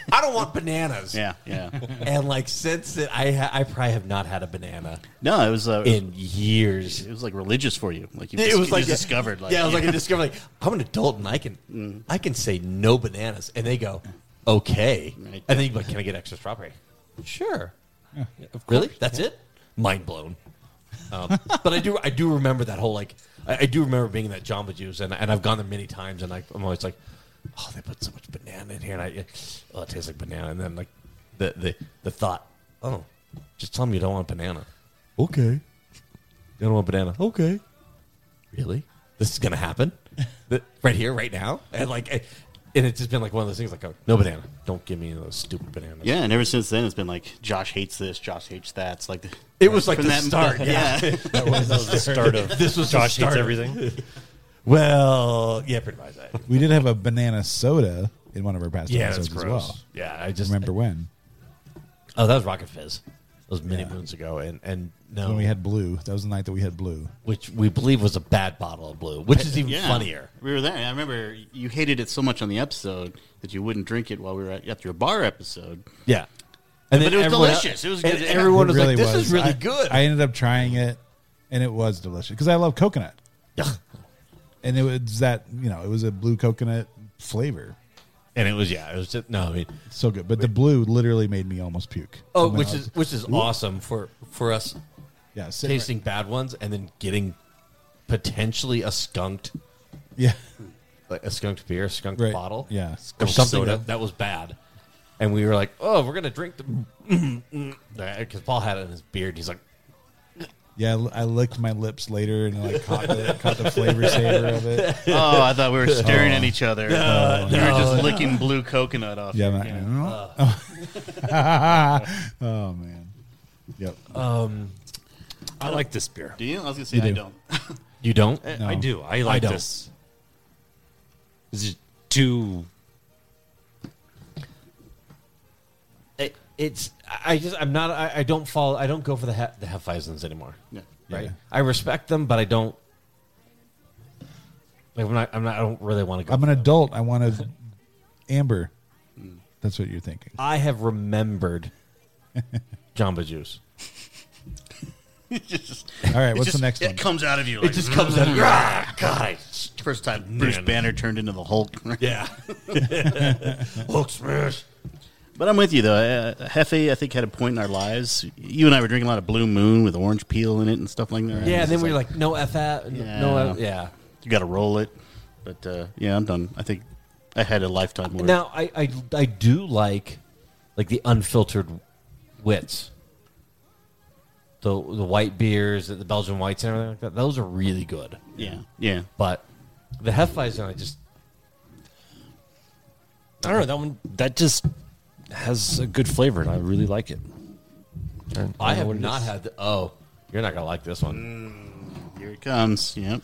Speaker 2: I don't want bananas.
Speaker 4: Yeah, yeah.
Speaker 2: And like since it, I ha- I probably have not had a banana
Speaker 4: No, it was uh,
Speaker 2: in years.
Speaker 4: it was like religious for you. Like you
Speaker 2: It was like
Speaker 4: discovered. Like,
Speaker 2: yeah, it was like I discovered like I'm an adult and I can I can say no bananas, and they go okay,
Speaker 4: Right.
Speaker 2: and then you like, can I get extra strawberry? Sure, really? That's it? Mind blown. Um, but I do I do remember that whole like I, I do remember being in that Jamba Juice, and and I've gone there many times, and I, I'm always like, oh, they put so much banana in here, and I oh, it tastes like banana, and then like the the the thought, oh, just tell them you don't want banana. Okay. You don't want banana. Okay really this is gonna happen Th- right here right now and like I- and it's just been like one of those things like oh, no banana don't give me any of those stupid bananas
Speaker 4: yeah, and ever since then it's been like Josh hates this, Josh hates that. It's like the,
Speaker 2: it was like
Speaker 4: from
Speaker 2: the start yeah,
Speaker 3: That was the start of
Speaker 2: this was the
Speaker 3: Josh
Speaker 2: start
Speaker 3: hates
Speaker 2: of-
Speaker 3: everything.
Speaker 2: well yeah pretty much I-
Speaker 1: We did have a banana soda in one of our past
Speaker 2: yeah that's
Speaker 1: episodes
Speaker 2: gross
Speaker 1: as well.
Speaker 2: yeah i just
Speaker 1: Remember when?
Speaker 2: oh that was rocket fizz that was many
Speaker 1: Yeah.
Speaker 2: moons ago and and no
Speaker 1: When we had blue. That was the night that we had blue.
Speaker 2: which we believe was a bad bottle of blue which is even
Speaker 4: Yeah.
Speaker 2: funnier
Speaker 4: We were there. I remember you hated it so much on the episode that you wouldn't drink it while we were at, at your bar episode.
Speaker 2: yeah and
Speaker 4: But it was
Speaker 2: everyone-
Speaker 4: delicious. It was
Speaker 2: and
Speaker 4: good.
Speaker 2: everyone
Speaker 1: It
Speaker 2: was
Speaker 1: really
Speaker 2: like this
Speaker 1: was.
Speaker 2: is really
Speaker 1: I-
Speaker 2: good
Speaker 1: I ended up trying it, and it was delicious because I love coconut,
Speaker 2: Ugh.
Speaker 1: and it was that you know it was a blue coconut flavor,
Speaker 2: and it was yeah it was just no i mean
Speaker 1: so good. But the blue literally made me almost puke.
Speaker 2: Oh,
Speaker 1: And then
Speaker 2: which
Speaker 1: I was-
Speaker 2: is which is awesome for for us
Speaker 1: yeah, sitting
Speaker 2: tasting bad ones and then getting potentially a skunked
Speaker 1: right- yeah,
Speaker 2: like a skunked beer, a skunked
Speaker 1: Right.
Speaker 2: bottle,
Speaker 1: Yeah.
Speaker 2: or
Speaker 1: Skunked
Speaker 2: something
Speaker 3: soda.
Speaker 2: that, that was bad. And we were like, "Oh, we're gonna drink the," because Paul had it in his beard. He's like,
Speaker 1: yeah. I l- I licked my lips later and like caught the, caught the flavor savor of it.
Speaker 4: Oh, I thought we were staring at each other. we were just licking blue coconut off.
Speaker 1: Yeah,
Speaker 4: your-
Speaker 1: I'm like,
Speaker 2: Uh.
Speaker 1: oh. oh man, yep.
Speaker 3: I like this beer.
Speaker 4: Do you? I was gonna say I
Speaker 1: do.
Speaker 4: don't.
Speaker 2: "Oh." "You don't?
Speaker 3: I- I do. I like
Speaker 2: don't.
Speaker 3: this. This is too.
Speaker 2: It, it's I just I'm not I, I don't fall I don't go for the he, the Hefeweizens anymore.
Speaker 4: Yeah.
Speaker 2: Right?
Speaker 1: Yeah.
Speaker 2: I respect them, but I don't. Like I'm not I'm not I don't really want to go.
Speaker 1: I'm an adult. I want to amber.
Speaker 2: Hmm.
Speaker 1: That's what you're thinking.
Speaker 2: I have remembered Jamba Juice.
Speaker 1: All right,
Speaker 4: It's
Speaker 1: what's
Speaker 4: just-
Speaker 1: the next
Speaker 4: it
Speaker 1: one?
Speaker 4: comes out of you. Like,
Speaker 2: comes out. Ah, God, I-
Speaker 4: first time Bruce
Speaker 2: Man.
Speaker 4: Banner turned into the Hulk.
Speaker 2: yeah. Hulk smash.
Speaker 4: But I'm with you though. Uh, Hefe, I think had a point in our lives. You and I were drinking a lot of Blue Moon with orange peel in it and stuff like that.
Speaker 2: Yeah, and
Speaker 4: It's
Speaker 2: then
Speaker 4: just
Speaker 2: we were like, no F that.
Speaker 4: Yeah.
Speaker 2: No, F- yeah.
Speaker 4: you got to roll it. But uh, yeah, I'm done. I think I had a lifetime worth.
Speaker 2: Now I, I I do like like the unfiltered wits. The the white beers, the Belgian whites, and everything like that. Those are really good.
Speaker 4: yeah, yeah.
Speaker 2: But the Hefeweizen, I just
Speaker 3: I don't know that one. That just has a good flavor, and I really like it. don't
Speaker 2: I
Speaker 3: know
Speaker 2: have
Speaker 3: what it
Speaker 2: not
Speaker 3: is.
Speaker 2: had. The, oh, you're not gonna like this one.
Speaker 4: Here it comes. Yep.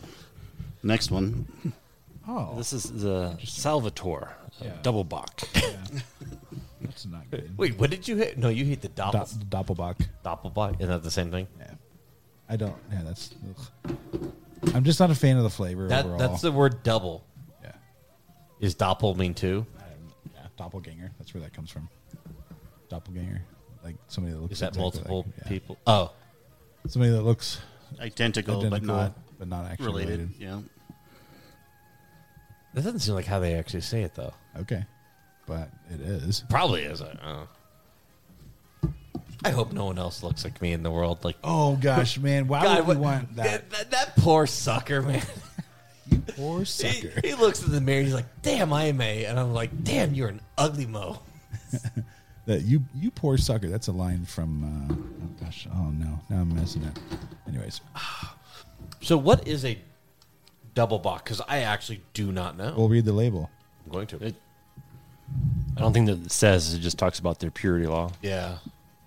Speaker 4: Next one.
Speaker 1: Oh,
Speaker 3: This is the Salvatore uh,
Speaker 1: Yeah.
Speaker 3: Double Bock.
Speaker 1: that's not good.
Speaker 2: Wait, what did you hit? No, you hit the Doppel
Speaker 1: Dop- Doppelbach.
Speaker 2: Doppelbock. Isn't that the same thing?
Speaker 1: Yeah. I don't. Yeah, that's. ugh. I'm just not a fan of the flavor
Speaker 2: That
Speaker 1: overall.
Speaker 2: that's the word double.
Speaker 1: yeah.
Speaker 2: Is doppel mean two?
Speaker 1: Um, yeah. Doppelganger. That's where that comes from. Doppelganger, like somebody that looks.
Speaker 2: Is that
Speaker 1: exactly
Speaker 2: multiple
Speaker 1: like- yeah.
Speaker 2: people? Oh,
Speaker 1: Somebody that looks
Speaker 4: Identical,
Speaker 1: identical,
Speaker 4: but not
Speaker 1: but not actually
Speaker 4: related.
Speaker 1: related.
Speaker 4: Yeah.
Speaker 2: that doesn't seem like how they actually say it though.
Speaker 1: Okay, but it is.
Speaker 2: Probably isn't. I, don't know. I hope no one else looks like me in the world. Like,
Speaker 1: Oh gosh, man! Why would
Speaker 2: what-
Speaker 1: we want that?
Speaker 2: that? that poor sucker, man.
Speaker 1: Poor
Speaker 2: he,
Speaker 1: sucker.
Speaker 2: he looks in the mirror. He's like, "Damn, I am a," and I'm like, "Damn, you're an ugly mo."
Speaker 1: That you you poor sucker. That's a line from. Uh, oh gosh. Oh no. Now I'm messing up. Anyways,
Speaker 2: So, what is a double bock? Because I actually do not know.
Speaker 1: we'll read the label.
Speaker 2: I'm going to.
Speaker 3: It- I don't think that it says. It just talks about their purity law.
Speaker 2: yeah,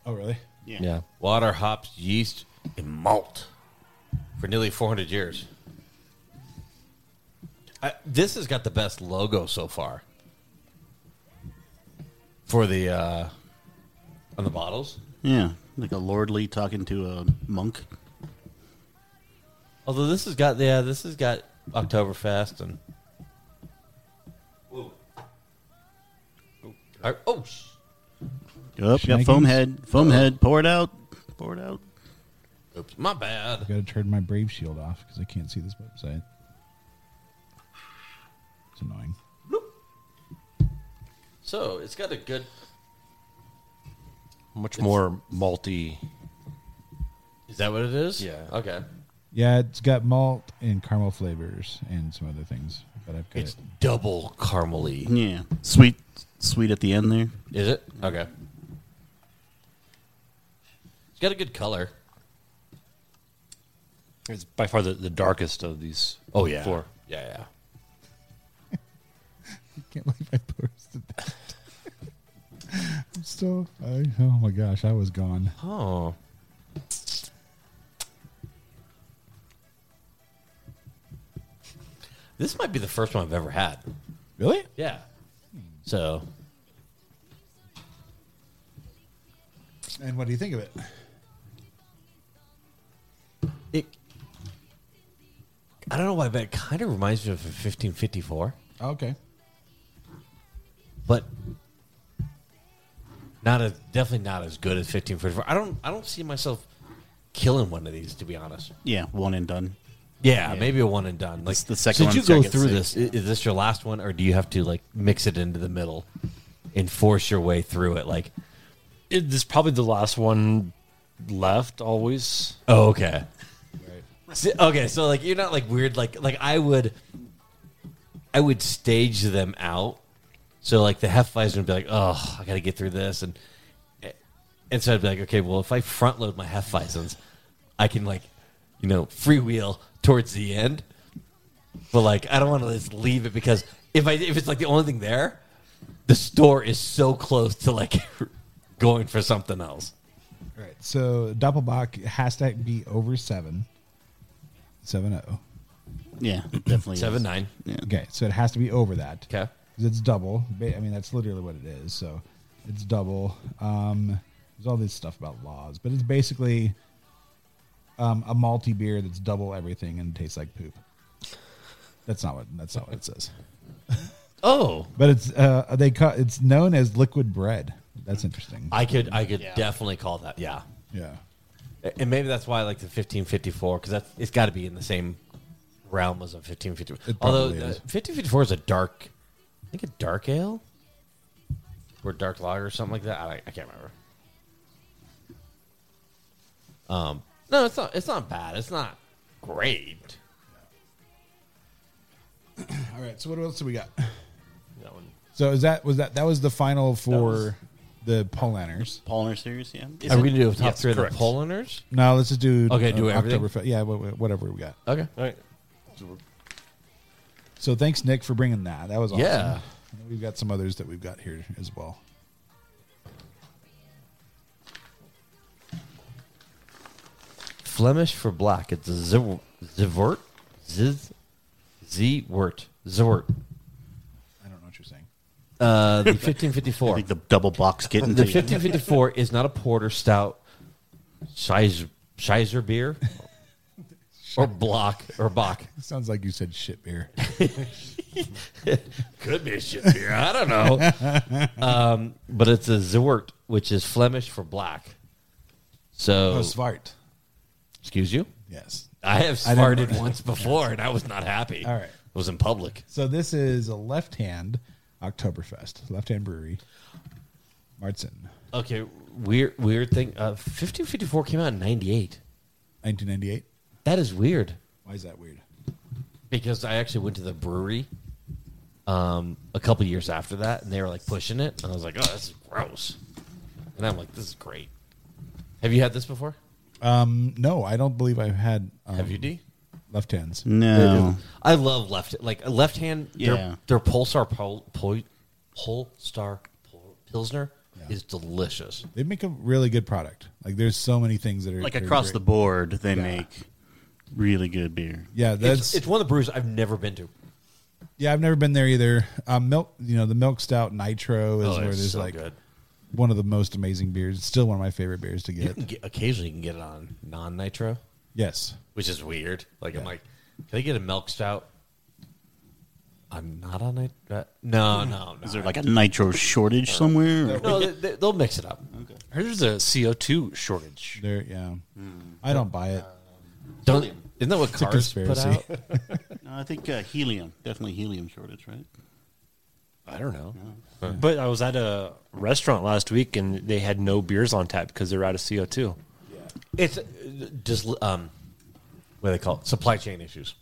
Speaker 1: Oh really?
Speaker 4: Yeah.
Speaker 3: Yeah.
Speaker 2: water, hops, yeast, and malt for nearly 400 years. I, this has got the best logo so far. for the uh, on the bottles.
Speaker 4: Yeah, like a lordly talking to a monk.
Speaker 2: Although this has got yeah, this has got Oktoberfest and. Ar- Oh, sh-
Speaker 4: Yep, got
Speaker 1: Shnikes?
Speaker 4: foam head. Foam
Speaker 1: Uh.
Speaker 4: head. Pour it out. Pour it out.
Speaker 2: oops, my bad.
Speaker 1: Got to turn my brave shield off because I can't see this website. It's annoying.
Speaker 2: So it's got a good.
Speaker 3: Much more malty.
Speaker 2: Is that what it is?
Speaker 3: Yeah.
Speaker 2: Okay.
Speaker 1: Yeah, it's got malt and caramel flavors and some other things, but I've got
Speaker 2: It's
Speaker 1: it.
Speaker 2: double
Speaker 3: Mm-hmm.
Speaker 2: caramely.
Speaker 4: Yeah, sweet, sweet at the end there.
Speaker 2: Is it? Okay. It's got a good color.
Speaker 3: It's by far the, the darkest of these.
Speaker 2: Oh yeah.
Speaker 3: four.
Speaker 2: Yeah, yeah.
Speaker 1: can't believe I posted that. I'm still, I, oh my gosh, I was gone.
Speaker 2: Oh. This might be the first one I've ever had.
Speaker 1: Really?
Speaker 2: Yeah. So
Speaker 1: And what do you think of it?
Speaker 2: it I don't know why, but it kind of reminds me of a 1554,
Speaker 1: Okay.
Speaker 2: but not as definitely not as good as 1554. I don't I don't see myself killing one of these to be honest.
Speaker 4: Yeah, one and done.
Speaker 2: Yeah, maybe a one and done. Like
Speaker 4: It's the second
Speaker 2: So did
Speaker 4: one,
Speaker 2: you go
Speaker 4: second
Speaker 2: through
Speaker 4: six,
Speaker 2: this? I- Is this your last one, or do you have to like mix it into the middle and force your way through it? Like,
Speaker 3: It, this is probably the last one left. Always.
Speaker 2: oh, okay, See, okay. So like you're not like weird. Like like I would, I would stage them out. So like the Hefeweizen would be like, oh, I got to get through this, and and so I'd be like, okay, well, if I front load my Hefeweizens, I can like, you know, freewheel towards the end. But like, I don't want to just leave it because if I if it's like the only thing there, the store is so close to like going for something else.
Speaker 1: All right. So Doppelbach has to be over seven. Seven oh.
Speaker 4: Yeah, it definitely. is.
Speaker 2: Seven nine.
Speaker 4: Yeah.
Speaker 1: Okay. So it has to be over that.
Speaker 2: Okay.
Speaker 1: 'Cause It's double. Ba- I mean, that's literally what it is. So it's double. Um, there's all this stuff about laws, but it's basically um, a malty beer that's double everything and tastes like poop. That's not what. That's not what it says.
Speaker 2: Oh,
Speaker 1: But it's uh, they ca- it's known as liquid bread. That's interesting.
Speaker 2: I could I could definitely call that. Yeah,
Speaker 1: yeah.
Speaker 2: and maybe that's why I like the fifteen fifty four because that's it's got to be in the same realm as a fifteen fifty.
Speaker 1: It
Speaker 2: Although uh,
Speaker 1: probably is.
Speaker 2: fifteen fifty four is a dark, I think a dark ale or dark lager or something like that. I, I can't remember. Um, no, it's not. It's not bad. It's not great.
Speaker 1: All right. So what else do we got?
Speaker 3: That one.
Speaker 1: So is that was that that was the final for the Polanners?
Speaker 4: Polliner series. Yeah. Is
Speaker 2: Are
Speaker 4: it-
Speaker 2: we gonna do a top
Speaker 3: yes,
Speaker 2: three of the
Speaker 3: correct.
Speaker 2: Polanders?
Speaker 1: No, let's just do Uh,
Speaker 2: Okay, do everything?
Speaker 1: Oktoberfest. Yeah, wha- wha- whatever we got.
Speaker 2: Okay.
Speaker 3: All right.
Speaker 1: So thanks, Nick, for bringing that. That was awesome.
Speaker 2: Yeah.
Speaker 1: And then We've got some others that we've got here as well.
Speaker 2: Flemish for black. It's a zivort. Ziz. Z wort. Zwart.
Speaker 1: I don't know what you're saying.
Speaker 2: Uh, the
Speaker 4: I
Speaker 2: 1554.
Speaker 4: think the double box getting
Speaker 2: The
Speaker 4: to you.
Speaker 2: 1554 is not a porter stout, Scheis- Scheiser beer, or block, or Bach.
Speaker 1: sounds like you said shit beer.
Speaker 2: Could be a shit beer. I don't know. um, but it's a Zwart, which is Flemish for black.
Speaker 1: Oh,
Speaker 2: So,
Speaker 1: Svart.
Speaker 2: excuse you?
Speaker 1: Yes.
Speaker 2: I have
Speaker 1: I didn't-
Speaker 2: farted once before, and I was not happy.
Speaker 1: All right.
Speaker 2: It was in public.
Speaker 1: So this is a left hand Oktoberfest, left hand brewery, Martzen,
Speaker 2: Okay, weird, weird thing. Uh, 1554 came out in 98.
Speaker 1: 1998.
Speaker 2: That is weird.
Speaker 1: Why is that weird?
Speaker 2: because I actually went to the brewery um, a couple years after that, and they were like pushing it, and I was like, "Oh, this is gross," and I'm like, "This is great." Have you had this before?
Speaker 1: Um, no, I don't believe I've had. Um,
Speaker 2: Have you, D?
Speaker 1: Left hands.
Speaker 4: No.
Speaker 2: I love left like left hand.
Speaker 4: Yeah.
Speaker 2: Their, their Polestar Pol, Pol, Polestar Pol, Pilsner is delicious.
Speaker 1: They make a really good product. Like there's so many things that are
Speaker 4: Like
Speaker 1: that are
Speaker 4: across
Speaker 1: great.
Speaker 4: the board, they make really good beer.
Speaker 1: Yeah, that's
Speaker 2: It's, it's one of the brews I've never been to.
Speaker 1: yeah. I've never been there either. Um, milk, Uh, you know, the milk stout nitro is
Speaker 2: Oh,
Speaker 1: where
Speaker 2: it's
Speaker 1: there's
Speaker 2: so
Speaker 1: like
Speaker 2: good.
Speaker 1: one of the most amazing beers. It's still one of my favorite beers to
Speaker 2: You
Speaker 1: get.
Speaker 2: can get, occasionally you can get it on non nitro,
Speaker 1: Yes.
Speaker 2: which is weird. Like I'm like, can I get a milk stout? I'm not on nitro. No,
Speaker 3: Mm-hmm.
Speaker 2: no, no.
Speaker 4: Is there like a nitro shortage somewhere? or-
Speaker 2: no? They, they- they'll mix it up.
Speaker 3: There's a CO2 shortage.
Speaker 1: There. Yeah. I don't buy it.
Speaker 2: Don't isn't that what
Speaker 1: a
Speaker 2: Hmm. cars put out?
Speaker 1: conspiracy.
Speaker 4: No, I think uh, helium. Definitely helium shortage, right?
Speaker 3: I don't know. But I was at a restaurant last week and they had no beers on tap because they're out of CO2.
Speaker 2: It's uh, just um, what do they call it? Supply chain issues.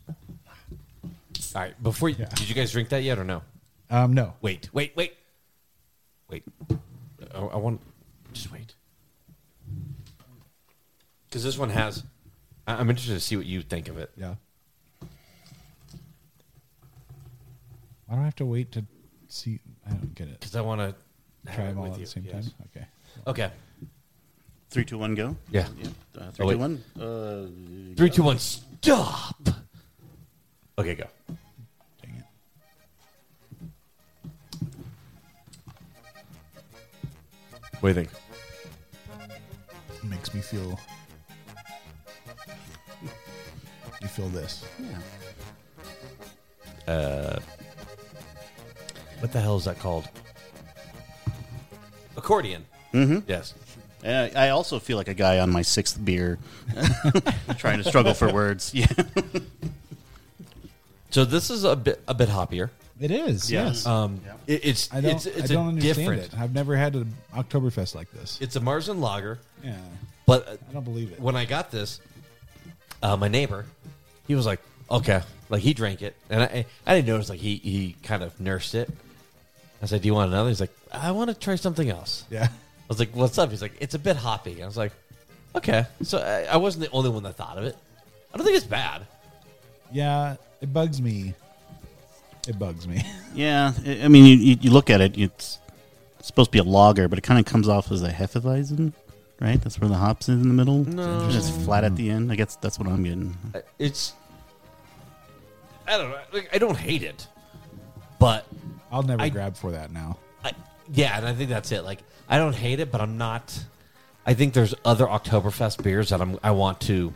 Speaker 2: All right. Before you,
Speaker 1: Yeah.
Speaker 2: did you guys drink that yet or no?
Speaker 1: Um, no.
Speaker 2: Wait, wait, wait, wait. I, I want just wait because this one has. I, I'm interested to see what you think of it.
Speaker 1: Yeah. I don't have to wait to see. I don't get it.
Speaker 2: because I want to
Speaker 1: Try them all at the same time. Okay.
Speaker 2: Okay,
Speaker 4: Three, two, one, go.
Speaker 2: Yeah.
Speaker 4: Uh,
Speaker 2: Oh,
Speaker 4: three,
Speaker 2: wait.
Speaker 4: two, one. Uh,
Speaker 2: three, two, one, stop. Okay, go.
Speaker 1: Dang it.
Speaker 2: What do you think?
Speaker 1: makes me feel. You feel this?
Speaker 4: yeah.
Speaker 2: What the hell is that called? Accordion. Mm-hmm. Yes.
Speaker 4: And I, I also feel like a guy on my sixth beer, trying to struggle for words. Yeah.
Speaker 2: So this is a bit a bit hoppier.
Speaker 1: It is. Yes.
Speaker 2: Um, it, it's
Speaker 1: I don't.
Speaker 2: it's it's
Speaker 1: I don't
Speaker 2: a
Speaker 1: understand
Speaker 2: different.
Speaker 1: it. I've never had an Oktoberfest like this.
Speaker 2: It's a Marzen lager,
Speaker 1: yeah.
Speaker 2: but uh,
Speaker 1: I don't believe it.
Speaker 2: when I got this, uh, my neighbor, he was like, okay, like he drank it, and I I didn't notice like he he kind of nursed it. I said, do you want another? He's like, I want to try something else.
Speaker 1: yeah.
Speaker 2: I was like, "What's up?" He's like, "It's a bit hoppy." I was like, "Okay." So I, I wasn't the only one that thought of it. I don't think it's bad.
Speaker 1: Yeah. It bugs me. It bugs me.
Speaker 4: Yeah. I- I mean, you, you, you look at it, it's, it's supposed to be a lager, but it kind of comes off as a Hefeweizen, right? That's where the hops is in the middle.
Speaker 2: No.
Speaker 4: And It's flat at the end. I guess that's what I'm getting.
Speaker 2: Uh, It's I don't know. Like, I don't hate it, but
Speaker 1: I'll never
Speaker 2: I-
Speaker 1: grab for that now.
Speaker 2: I, yeah, and I think that's it. Like I don't hate it, but I'm not. I think there's other Oktoberfest beers that I'm I want to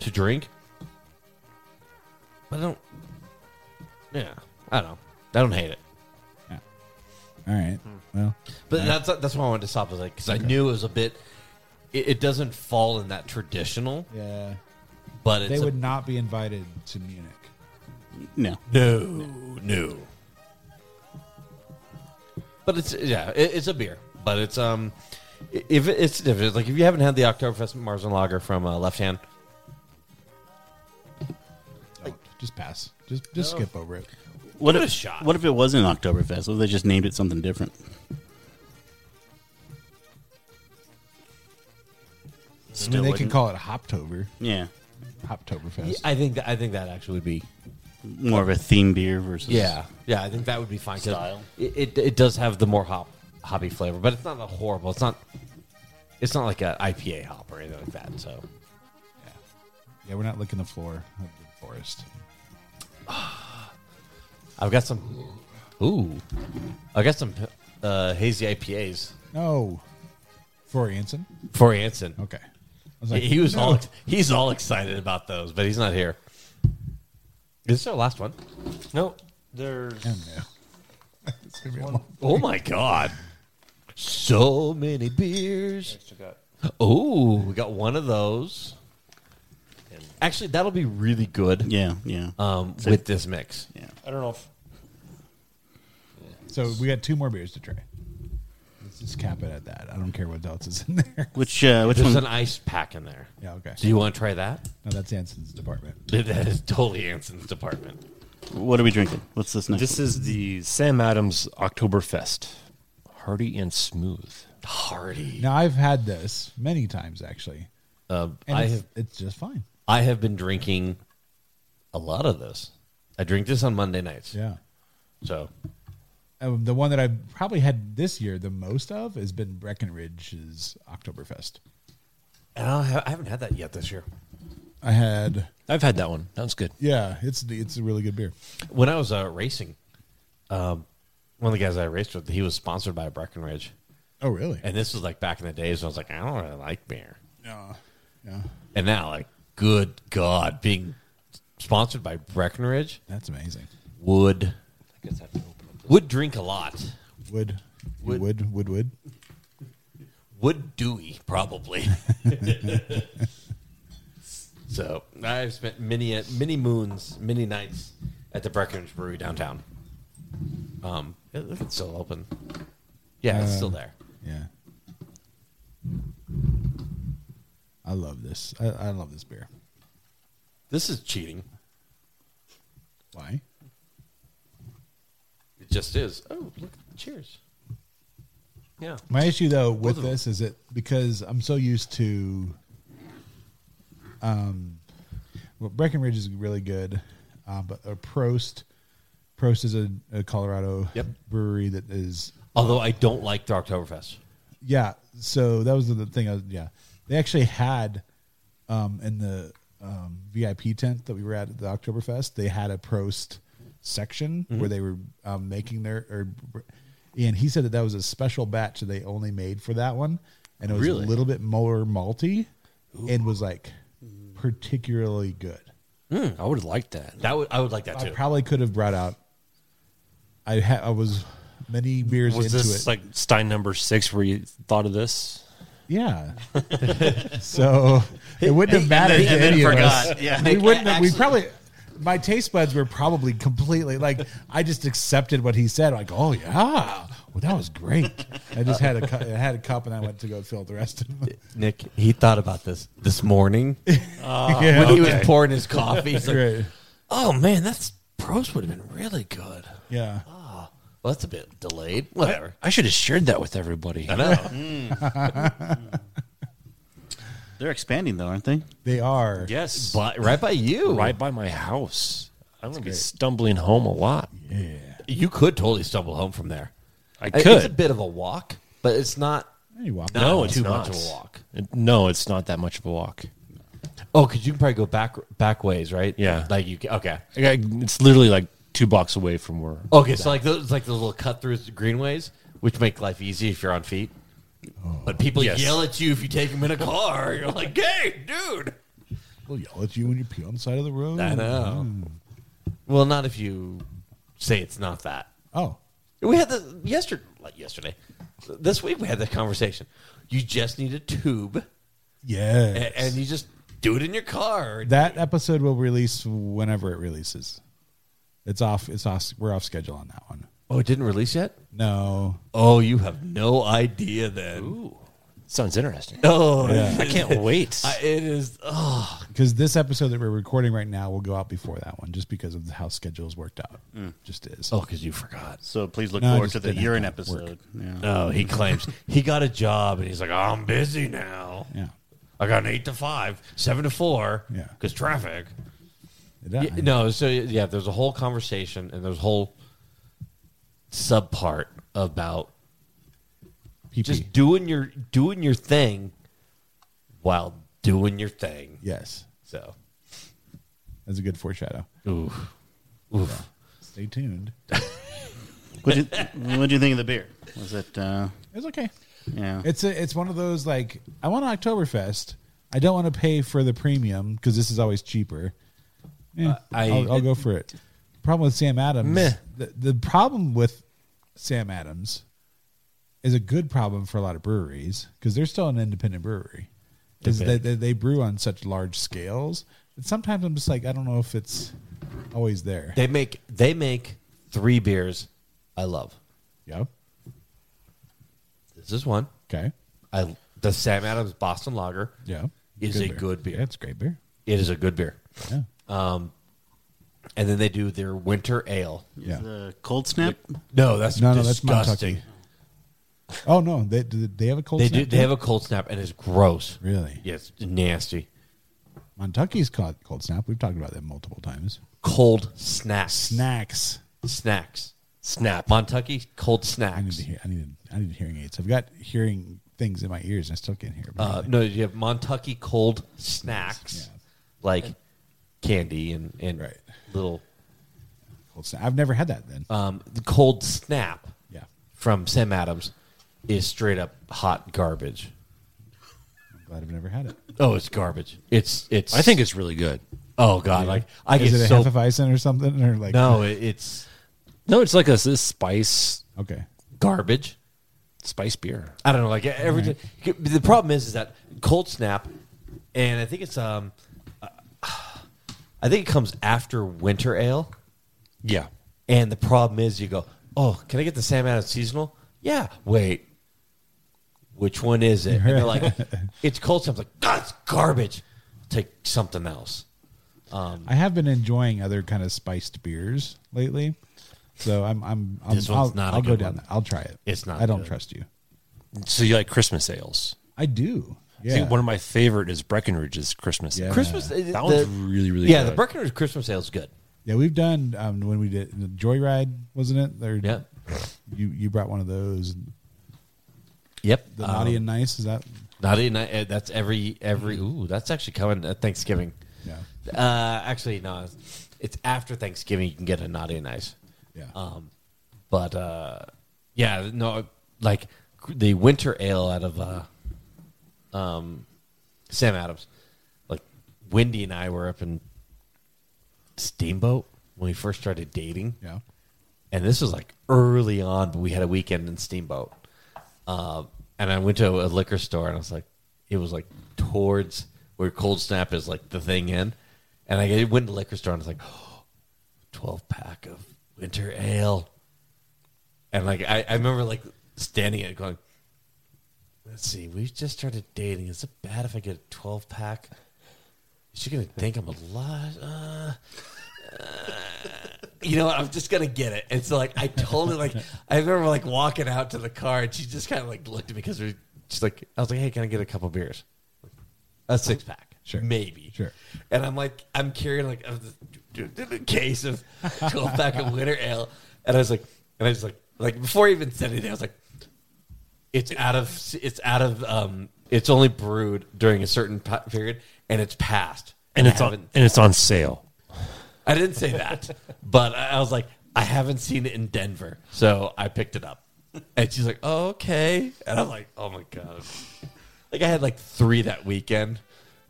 Speaker 2: to drink, but I don't. Yeah, I don't. know. I don't hate it.
Speaker 1: Yeah. All right.
Speaker 2: Hmm.
Speaker 1: Well,
Speaker 2: But that's that's why I wanted to stop. Was like because I knew it was a bit. It, it doesn't fall in that traditional,
Speaker 1: yeah.
Speaker 2: but it's
Speaker 1: They
Speaker 2: a-
Speaker 1: would not be invited to Munich.
Speaker 4: No.
Speaker 2: no, no. But it's yeah, it, it's a beer, but it's um, i- if it, it's different. Like if you haven't had the Oktoberfest Marzen Lager from uh, Left Hand,
Speaker 1: Don't. just pass. Just just skip over it.
Speaker 4: What
Speaker 2: Give
Speaker 4: if,
Speaker 2: it a shot.
Speaker 4: What if it wasn't Oktoberfest? What if they just named it something different?
Speaker 1: I mean,
Speaker 4: Still
Speaker 1: they can
Speaker 4: wouldn't-
Speaker 1: call it Hoptober,
Speaker 4: Yeah.
Speaker 1: Hoptoberfest.
Speaker 2: yeah, I think that, I think that actually would be
Speaker 4: More of a theme beer versus.
Speaker 2: yeah, yeah. I think that would be fine. 'cause
Speaker 4: Style.
Speaker 2: It, it it does have the more hop hoppy flavor, but it's not a horrible. It's not. It's not like a IPA hop or anything like that. So
Speaker 1: yeah, we're not licking the floor of the forest.
Speaker 2: I've got some. Ooh, I got some uh, hazy IPAs
Speaker 1: No. For Anson?
Speaker 2: for Anson.
Speaker 1: Okay. I was
Speaker 2: He- He was all he's all excited about those, but he's not here. Is this our last one?
Speaker 3: No, there's.
Speaker 1: Oh, no. It's gonna be a long-
Speaker 2: Oh my god! So many beers.
Speaker 3: Still got-
Speaker 2: Oh, we got one of those. Actually, that'll be really good.
Speaker 4: Yeah. Yeah.
Speaker 1: Uh,
Speaker 2: um, with this mix.
Speaker 4: yeah.
Speaker 3: I don't know if.
Speaker 1: So we got two more beers to try. Let's just cap it at that. I don't care what else is in there.
Speaker 4: Which uh, which
Speaker 2: There's
Speaker 4: one?
Speaker 2: an ice pack in there.
Speaker 1: Yeah, okay.
Speaker 2: Do you want to try that?
Speaker 1: No, that's Anson's department.
Speaker 2: That is totally Anson's department.
Speaker 4: what are we drinking? What's this next?
Speaker 3: This is the Sam Adams Oktoberfest. Hearty and smooth.
Speaker 2: Hardy.
Speaker 1: Now I've had this many times actually,
Speaker 2: Uh,
Speaker 1: and
Speaker 2: I
Speaker 1: it's,
Speaker 2: have
Speaker 1: it's just fine.
Speaker 2: I have been drinking a lot of this. I drink this on Monday nights.
Speaker 1: Yeah.
Speaker 2: So
Speaker 1: Um, the one that I've probably had this year the most of has been Breckenridge's Oktoberfest.
Speaker 2: and I, have, I haven't had that yet this year.
Speaker 1: I had,
Speaker 3: I've had that one. That was good.
Speaker 1: yeah, it's it's a really good beer.
Speaker 2: When I was uh, racing, um, one of the guys I raced with, he was sponsored by Breckenridge,
Speaker 1: Oh, really?
Speaker 2: And this was like back in the days when I was like, I don't really like beer.
Speaker 1: Yeah. Yeah.
Speaker 2: And now, like, good God, being sponsored by Breckenridge
Speaker 1: That's amazing.
Speaker 2: would would drink a lot.
Speaker 1: Wood. Wood.
Speaker 2: Wood.
Speaker 1: Wood. Wood. Wood.
Speaker 2: Would Dewey probably. so I've spent many many moons, many nights at the Breckenridge Brewery downtown. Um, it- it's still open. Yeah, it's still there.
Speaker 1: Yeah. I love this. I, I love this beer.
Speaker 2: This is cheating.
Speaker 1: Why?
Speaker 2: It just is. Oh, look! Cheers. Yeah.
Speaker 1: My issue though with
Speaker 2: of them.
Speaker 1: this is it because I'm so used to um well, Breckenridge is really good, uh, but uh, Prost Prost is a, a Colorado
Speaker 2: Yep.
Speaker 1: brewery that is
Speaker 2: Although I don't like the Oktoberfest.
Speaker 1: yeah. So that was the thing. I was, yeah, they actually had um, in the um, VIP tent that we were at at the Oktoberfest. They had a Prost section
Speaker 3: Mm-hmm.
Speaker 1: where they were um, making their or, and he said that that was a special batch that they only made for that one, and it was
Speaker 2: Really?
Speaker 1: a little bit more malty, and was like particularly good.
Speaker 3: I would like that.
Speaker 2: Hmm. That would I would like that
Speaker 1: I
Speaker 2: too.
Speaker 1: probably could have brought out. I ha- I was many beers
Speaker 3: Was
Speaker 1: into
Speaker 3: this
Speaker 1: it.
Speaker 3: like Stein number six where you thought of this?
Speaker 1: Yeah. so it wouldn't have mattered
Speaker 4: and
Speaker 1: to
Speaker 4: then
Speaker 1: any of us.
Speaker 4: forgot. Yeah.
Speaker 1: We wouldn't. Have, we probably. My taste buds were probably completely like I just accepted what he said. Like, oh yeah, well that was great. I just had a cu- I had a cup and I went to go fill the rest of them.
Speaker 2: Nick, he thought about this this morning
Speaker 4: Ah,
Speaker 1: yeah,
Speaker 2: when he was pouring his coffee. He's like,
Speaker 1: Right.
Speaker 2: oh man, that's pros would have been really good.
Speaker 1: yeah.
Speaker 2: Ah, well, that's a bit delayed. Whatever.
Speaker 3: I should have shared that with everybody.
Speaker 2: I know.
Speaker 4: They're expanding though, aren't they?
Speaker 1: They are.
Speaker 3: Yes,
Speaker 2: but right by you,
Speaker 3: right by my house. I'm gonna be stumbling home a lot.
Speaker 2: You could totally stumble home from there.
Speaker 3: I
Speaker 2: It's a
Speaker 3: could.
Speaker 2: bit of a walk, but it's not.
Speaker 1: You walk
Speaker 2: No.
Speaker 3: no,
Speaker 2: not
Speaker 3: it's
Speaker 2: too
Speaker 3: not.
Speaker 2: much of a walk.
Speaker 3: It- no, it's not that much of a walk.
Speaker 2: Oh, because you can probably go back back ways, right?
Speaker 3: Yeah.
Speaker 2: Like you. ca- Okay.
Speaker 3: I got- It's literally like two blocks away from where.
Speaker 2: Okay, so like those like those little cut throughs greenways, which make life easy if you're on feet.
Speaker 1: Oh.
Speaker 2: But people
Speaker 3: Yes.
Speaker 2: yell at you if you take them in a car. You're like, hey, dude.
Speaker 1: They'll yell at you when you pee on the side of the road.
Speaker 2: I know. Well, not if you say it's not that.
Speaker 1: Oh,
Speaker 2: We had the yesterday, like yesterday, this week we had that conversation. You just need a tube,
Speaker 1: yeah.
Speaker 2: and, and you just do it in your car.
Speaker 1: that episode will release whenever it releases. It's off. It's off. We're off schedule on that one.
Speaker 2: oh, it didn't release yet.
Speaker 1: No,
Speaker 2: Oh, you have no idea then.
Speaker 3: Sounds interesting.
Speaker 2: Oh,
Speaker 3: I can't wait.
Speaker 2: I, it is. Oh,
Speaker 1: because this episode that we're recording right now will go out before that one, just because of how schedules worked out. Just is.
Speaker 2: oh, because you forgot.
Speaker 4: So please look
Speaker 1: No, I
Speaker 4: forward
Speaker 1: just
Speaker 4: to the
Speaker 1: didn't
Speaker 4: urine
Speaker 1: have time to work.
Speaker 4: episode. Yeah.
Speaker 2: No, he claims he got a job and he's like, I'm busy now.
Speaker 1: yeah,
Speaker 2: I got an eight to five, seven to four,
Speaker 1: Yeah.
Speaker 2: because traffic.
Speaker 1: It- I-
Speaker 2: Yeah, no, so yeah, there's a whole conversation and there's a whole subpart about
Speaker 1: PP.
Speaker 2: just doing your doing your thing while doing your thing.
Speaker 1: yes,
Speaker 2: So,
Speaker 1: that's a good foreshadow.
Speaker 2: oof, oof.
Speaker 1: Stay tuned.
Speaker 4: What do what do you think of the beer? Was it? Uh,
Speaker 1: It's okay.
Speaker 4: yeah.
Speaker 1: It's a, it's one of those like I want an Oktoberfest. I don't want to pay for the premium because this is always cheaper. Eh,
Speaker 2: Uh, I-
Speaker 1: I'll, I'll go for it. Problem with Sam Adams.
Speaker 2: Meh.
Speaker 1: The, the problem with Sam Adams is a good problem for a lot of breweries because they're still an independent brewery. Is that they, they brew on such large scales that sometimes I'm just like I don't know if it's always there.
Speaker 2: They make they make three beers I love.
Speaker 1: Yep.
Speaker 2: This is one.
Speaker 1: Okay.
Speaker 2: I the Sam Adams Boston Lager.
Speaker 1: Yeah.
Speaker 2: Is a good beer.
Speaker 1: Yeah, it's great beer.
Speaker 2: It is a good beer.
Speaker 1: Yeah.
Speaker 2: And then they do their winter ale.
Speaker 1: yeah.
Speaker 4: The cold snap.
Speaker 2: No, that's
Speaker 1: No, no, that's
Speaker 2: disgusting.
Speaker 1: Montucky. Oh no, they they have a cold.
Speaker 2: they
Speaker 1: snap
Speaker 2: do. They
Speaker 1: too?
Speaker 2: have a cold snap, and it's gross.
Speaker 1: Really?
Speaker 2: Yes, nasty.
Speaker 1: Montucky's cold, cold snap. We've talked about that multiple times.
Speaker 2: Cold snacks.
Speaker 1: Snacks.
Speaker 2: Snacks. Snap. Montucky cold
Speaker 1: I need
Speaker 2: snacks.
Speaker 1: to hear. I need. I need hearing aids. I've got hearing things in my ears, and I still can't hear.
Speaker 2: Uh,
Speaker 1: apparently.
Speaker 2: no, you have Montucky cold snacks,
Speaker 1: Yeah.
Speaker 2: like candy and and
Speaker 1: Right.
Speaker 2: little uh,
Speaker 1: cold snap. I've never had that. Then
Speaker 2: um, the cold snap.
Speaker 1: Yeah.
Speaker 2: From Sam Adams is straight up hot garbage.
Speaker 1: I'm glad I've never had it.
Speaker 2: Oh, it's garbage. It's it's.
Speaker 3: I think it's really good.
Speaker 2: Oh god, like I
Speaker 1: Is
Speaker 2: get
Speaker 1: it a
Speaker 2: so
Speaker 1: Hefeweizen or something? Or like
Speaker 2: no. It, it's
Speaker 3: No, it's like a this spice
Speaker 1: Okay.
Speaker 2: garbage.
Speaker 3: spice beer.
Speaker 2: I don't know. Like every the problem is is that cold snap, and I think it's um, uh, I think it comes after winter ale.
Speaker 3: Yeah,
Speaker 2: And the problem is, you go, oh, can I get the Sam Adams seasonal? Yeah. Wait, which one is it? And they're like, it's cold snap. I'm like, God, it's garbage. Take something else.
Speaker 1: I have been enjoying other kind of spiced beers lately, so I'm I'm, I'm
Speaker 2: This
Speaker 1: I'll,
Speaker 2: one's not a
Speaker 1: I'll go
Speaker 2: good
Speaker 1: down.
Speaker 2: one.
Speaker 1: That. I'll try it.
Speaker 2: It's not
Speaker 1: I don't
Speaker 2: good.
Speaker 1: trust you.
Speaker 3: so you like Christmas ales?
Speaker 1: I do.
Speaker 3: I
Speaker 1: Yeah.
Speaker 3: think one of my favorite is Breckenridge's Christmas.
Speaker 1: Yeah.
Speaker 3: Ale.
Speaker 2: Christmas. uh,
Speaker 3: that
Speaker 2: the-
Speaker 3: one's really really
Speaker 2: Yeah,
Speaker 3: good.
Speaker 2: the Breckenridge Christmas ale is good.
Speaker 1: yeah. We've done um, when we did the Joyride, wasn't it? Or-
Speaker 2: Yeah.
Speaker 1: You you brought one of those.
Speaker 2: Yep.
Speaker 1: The
Speaker 2: Um,
Speaker 1: naughty and nice is that?
Speaker 2: Naughty and I, that's every every. Ooh, that's actually coming at Thanksgiving.
Speaker 1: Mm-hmm. Yeah.
Speaker 2: Uh, actually, no, it's- it's after Thanksgiving. You can get a naughty and nice.
Speaker 1: Yeah.
Speaker 2: Um, but uh, yeah, no, like the winter ale out of uh, um, Sam Adams. Like Wendy and I were up in Steamboat when we first started dating
Speaker 1: yeah.
Speaker 2: and this was like early on, but we had a weekend in Steamboat. Uh, and I went to a liquor store and I was like, it was like towards where Cold Snap is like the thing in. And I went to the liquor store and I was like, 12 pack of winter ale. And like, I, I remember like standing at it going, let's see, we just started dating. Is it bad if I get a 12 pack? Is she going to think I'm a lot? Uh, you know what? I'm just gonna get it. And so like I totally like I remember like walking out to the car and she just kind of like looked at me because we she's like I was like, hey, can I get a couple beers? A six pack,
Speaker 1: Sure.
Speaker 2: maybe,
Speaker 1: Sure.
Speaker 2: And I'm like, I'm carrying like a, a case of twelve pack of winter ale, and I was like, and I was like, like before I even said anything, I was like, it's out of it's out of um, it's only brewed during a certain pa- period, and it's passed,
Speaker 3: and
Speaker 2: I
Speaker 3: it's on
Speaker 2: haven't-
Speaker 3: and it's on sale.
Speaker 2: I didn't say that, but I I was like, I haven't seen it in Denver, so I picked it up. And she's like, oh, okay. And I'm like, oh my God. Like, I had like three that weekend.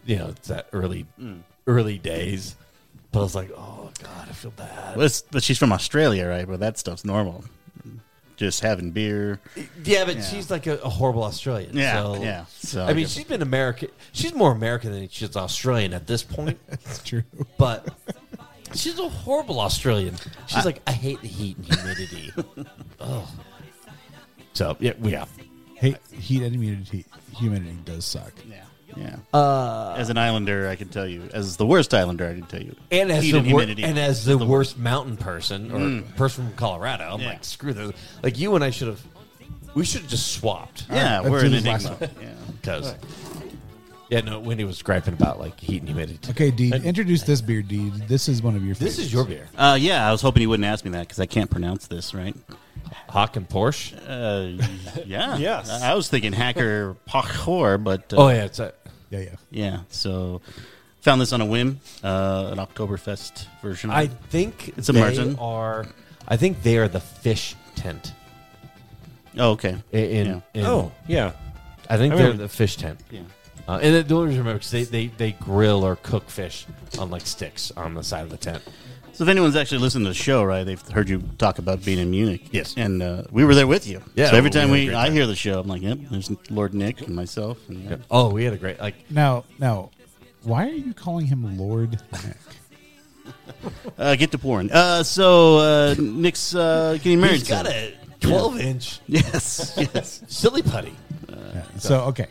Speaker 2: You know, it's that early,
Speaker 4: Hmm.
Speaker 2: early days. But I was like, oh God, I feel bad.
Speaker 4: Well, it's- but she's from Australia, right? But that stuff's normal. Just having beer.
Speaker 2: Yeah, but she's like a, a horrible Australian.
Speaker 4: Yeah,
Speaker 2: So,
Speaker 4: yeah. So
Speaker 2: I mean, she's been American. She's more American than she's Australian at this point.
Speaker 1: It's true.
Speaker 2: but she's a horrible Australian. She's like, I hate the heat and humidity. oh. So yeah, we yeah.
Speaker 1: Hey, heat and humidity humidity does suck.
Speaker 4: yeah, yeah.
Speaker 2: Uh,
Speaker 4: as an islander, I can tell you. As the worst islander, I can tell you.
Speaker 2: And as
Speaker 4: heat
Speaker 2: the
Speaker 4: and
Speaker 2: wor-
Speaker 4: humidity.
Speaker 2: and as the, worst mountain person or person from Colorado, I'm
Speaker 4: Yeah.
Speaker 2: like, screw this. Like you and I should have, we should have just swapped
Speaker 4: yeah,
Speaker 1: Alright,
Speaker 4: we're
Speaker 1: let's
Speaker 4: an
Speaker 1: do this
Speaker 4: enigma.
Speaker 1: last
Speaker 4: Yeah.
Speaker 2: because. Yeah, no. Wendy was griping about like heat and humidity.
Speaker 1: Okay, Deed, introduce this beer, Deed. This is one of your.
Speaker 2: This is
Speaker 1: favorites.
Speaker 2: your beer,
Speaker 4: Uh, yeah, I was hoping you wouldn't ask me that because I can't pronounce this right.
Speaker 2: Hawk and Porsche.
Speaker 4: Uh, yeah.
Speaker 3: Yes.
Speaker 4: I I was thinking hacker parkour, but uh,
Speaker 2: oh yeah, it's a,
Speaker 1: Yeah, yeah.
Speaker 4: yeah. So found this on a whim, uh, an Oktoberfest version. of
Speaker 2: I
Speaker 4: it.
Speaker 2: think
Speaker 4: Mm. It's
Speaker 2: it's
Speaker 4: a
Speaker 2: a they
Speaker 4: Marzen.
Speaker 2: are. I think they are the fish tent
Speaker 4: Oh, okay.
Speaker 2: in. in,
Speaker 4: Yeah.
Speaker 2: in
Speaker 3: Oh yeah,
Speaker 2: I think
Speaker 3: I
Speaker 2: they're
Speaker 3: remember-
Speaker 2: the fish tent.
Speaker 4: Yeah.
Speaker 2: Uh, and the only reason I remember because they, they, they grill or cook fish on like sticks on the side of the tent.
Speaker 4: So if anyone's actually listened to the show, right, they've heard you talk about being in Munich.
Speaker 2: Yes.
Speaker 4: and uh, we were there with you.
Speaker 2: Yeah,
Speaker 4: So every
Speaker 2: we
Speaker 4: time
Speaker 2: had a
Speaker 4: we,
Speaker 2: great
Speaker 4: I
Speaker 2: time.
Speaker 4: hear the show, I'm like, yep. There's Lord Nick and myself. And, yeah.
Speaker 2: Oh, we had a great like.
Speaker 1: Now, now, why are you calling him Lord Nick?
Speaker 4: Uh, get to pouring. Uh, so uh, Nick's uh, getting married.
Speaker 2: He's got
Speaker 4: soon.
Speaker 2: a twelve inch
Speaker 4: Yes, yes.
Speaker 2: silly putty.
Speaker 1: Yeah, so okay,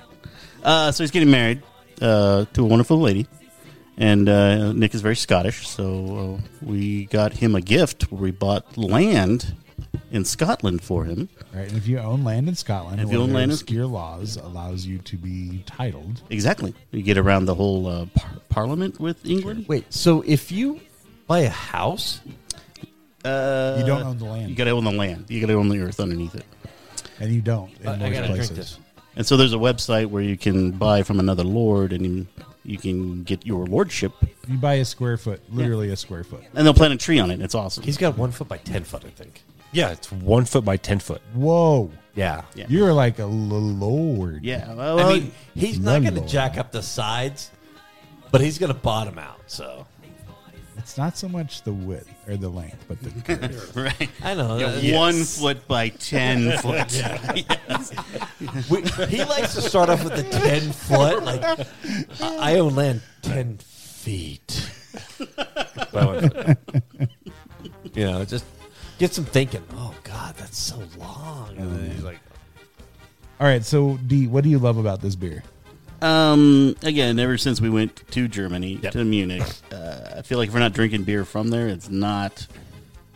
Speaker 4: Uh, so he's getting married uh, to a wonderful lady, and uh, Nick is very Scottish. So uh, we got him a gift. We bought land in Scotland for him.
Speaker 1: all right. And if you own land in Scotland,
Speaker 4: If you
Speaker 1: one of
Speaker 4: own
Speaker 1: their
Speaker 4: land in-
Speaker 1: obscure laws allows you to be titled.
Speaker 4: Exactly. You get around the whole uh, par- Parliament with England.
Speaker 2: Wait, so if you buy a house,
Speaker 4: Uh,
Speaker 1: You don't own the land.
Speaker 4: You got to own the land. You got to own the earth underneath it.
Speaker 1: and you don't in
Speaker 2: I- I
Speaker 1: most
Speaker 2: gotta
Speaker 1: places.
Speaker 2: drink this.
Speaker 4: And so there's a website where you can buy from another lord, and you- you can get your lordship.
Speaker 1: You buy a square foot, literally a square foot,
Speaker 4: And they'll plant a tree on it. It's awesome.
Speaker 2: he's got one foot by ten foot, I think.
Speaker 3: yeah. It's one foot by ten foot.
Speaker 1: Whoa.
Speaker 2: Yeah.
Speaker 4: Yeah.
Speaker 1: You're like a l- lord.
Speaker 4: Yeah.
Speaker 2: I
Speaker 4: Well,
Speaker 2: mean, he's not
Speaker 1: One
Speaker 2: going to
Speaker 1: lord.
Speaker 2: jack up the sides, but he's going to bottom out. So
Speaker 1: It's not so much the width or the length, but the girth.
Speaker 4: right.
Speaker 2: I know that-
Speaker 4: One foot by ten foot.
Speaker 2: we, he likes to start off with the ten foot. Like I I own land ten feet.
Speaker 3: By one foot.
Speaker 2: You know, just get some thinking. Oh God, that's so long. And then he's like,
Speaker 1: All right, so D, what do you love about this beer?
Speaker 4: Um. Again, ever since we went to Germany
Speaker 2: Yep.
Speaker 4: to Munich, uh, I feel like if we're not drinking beer from there, it's not.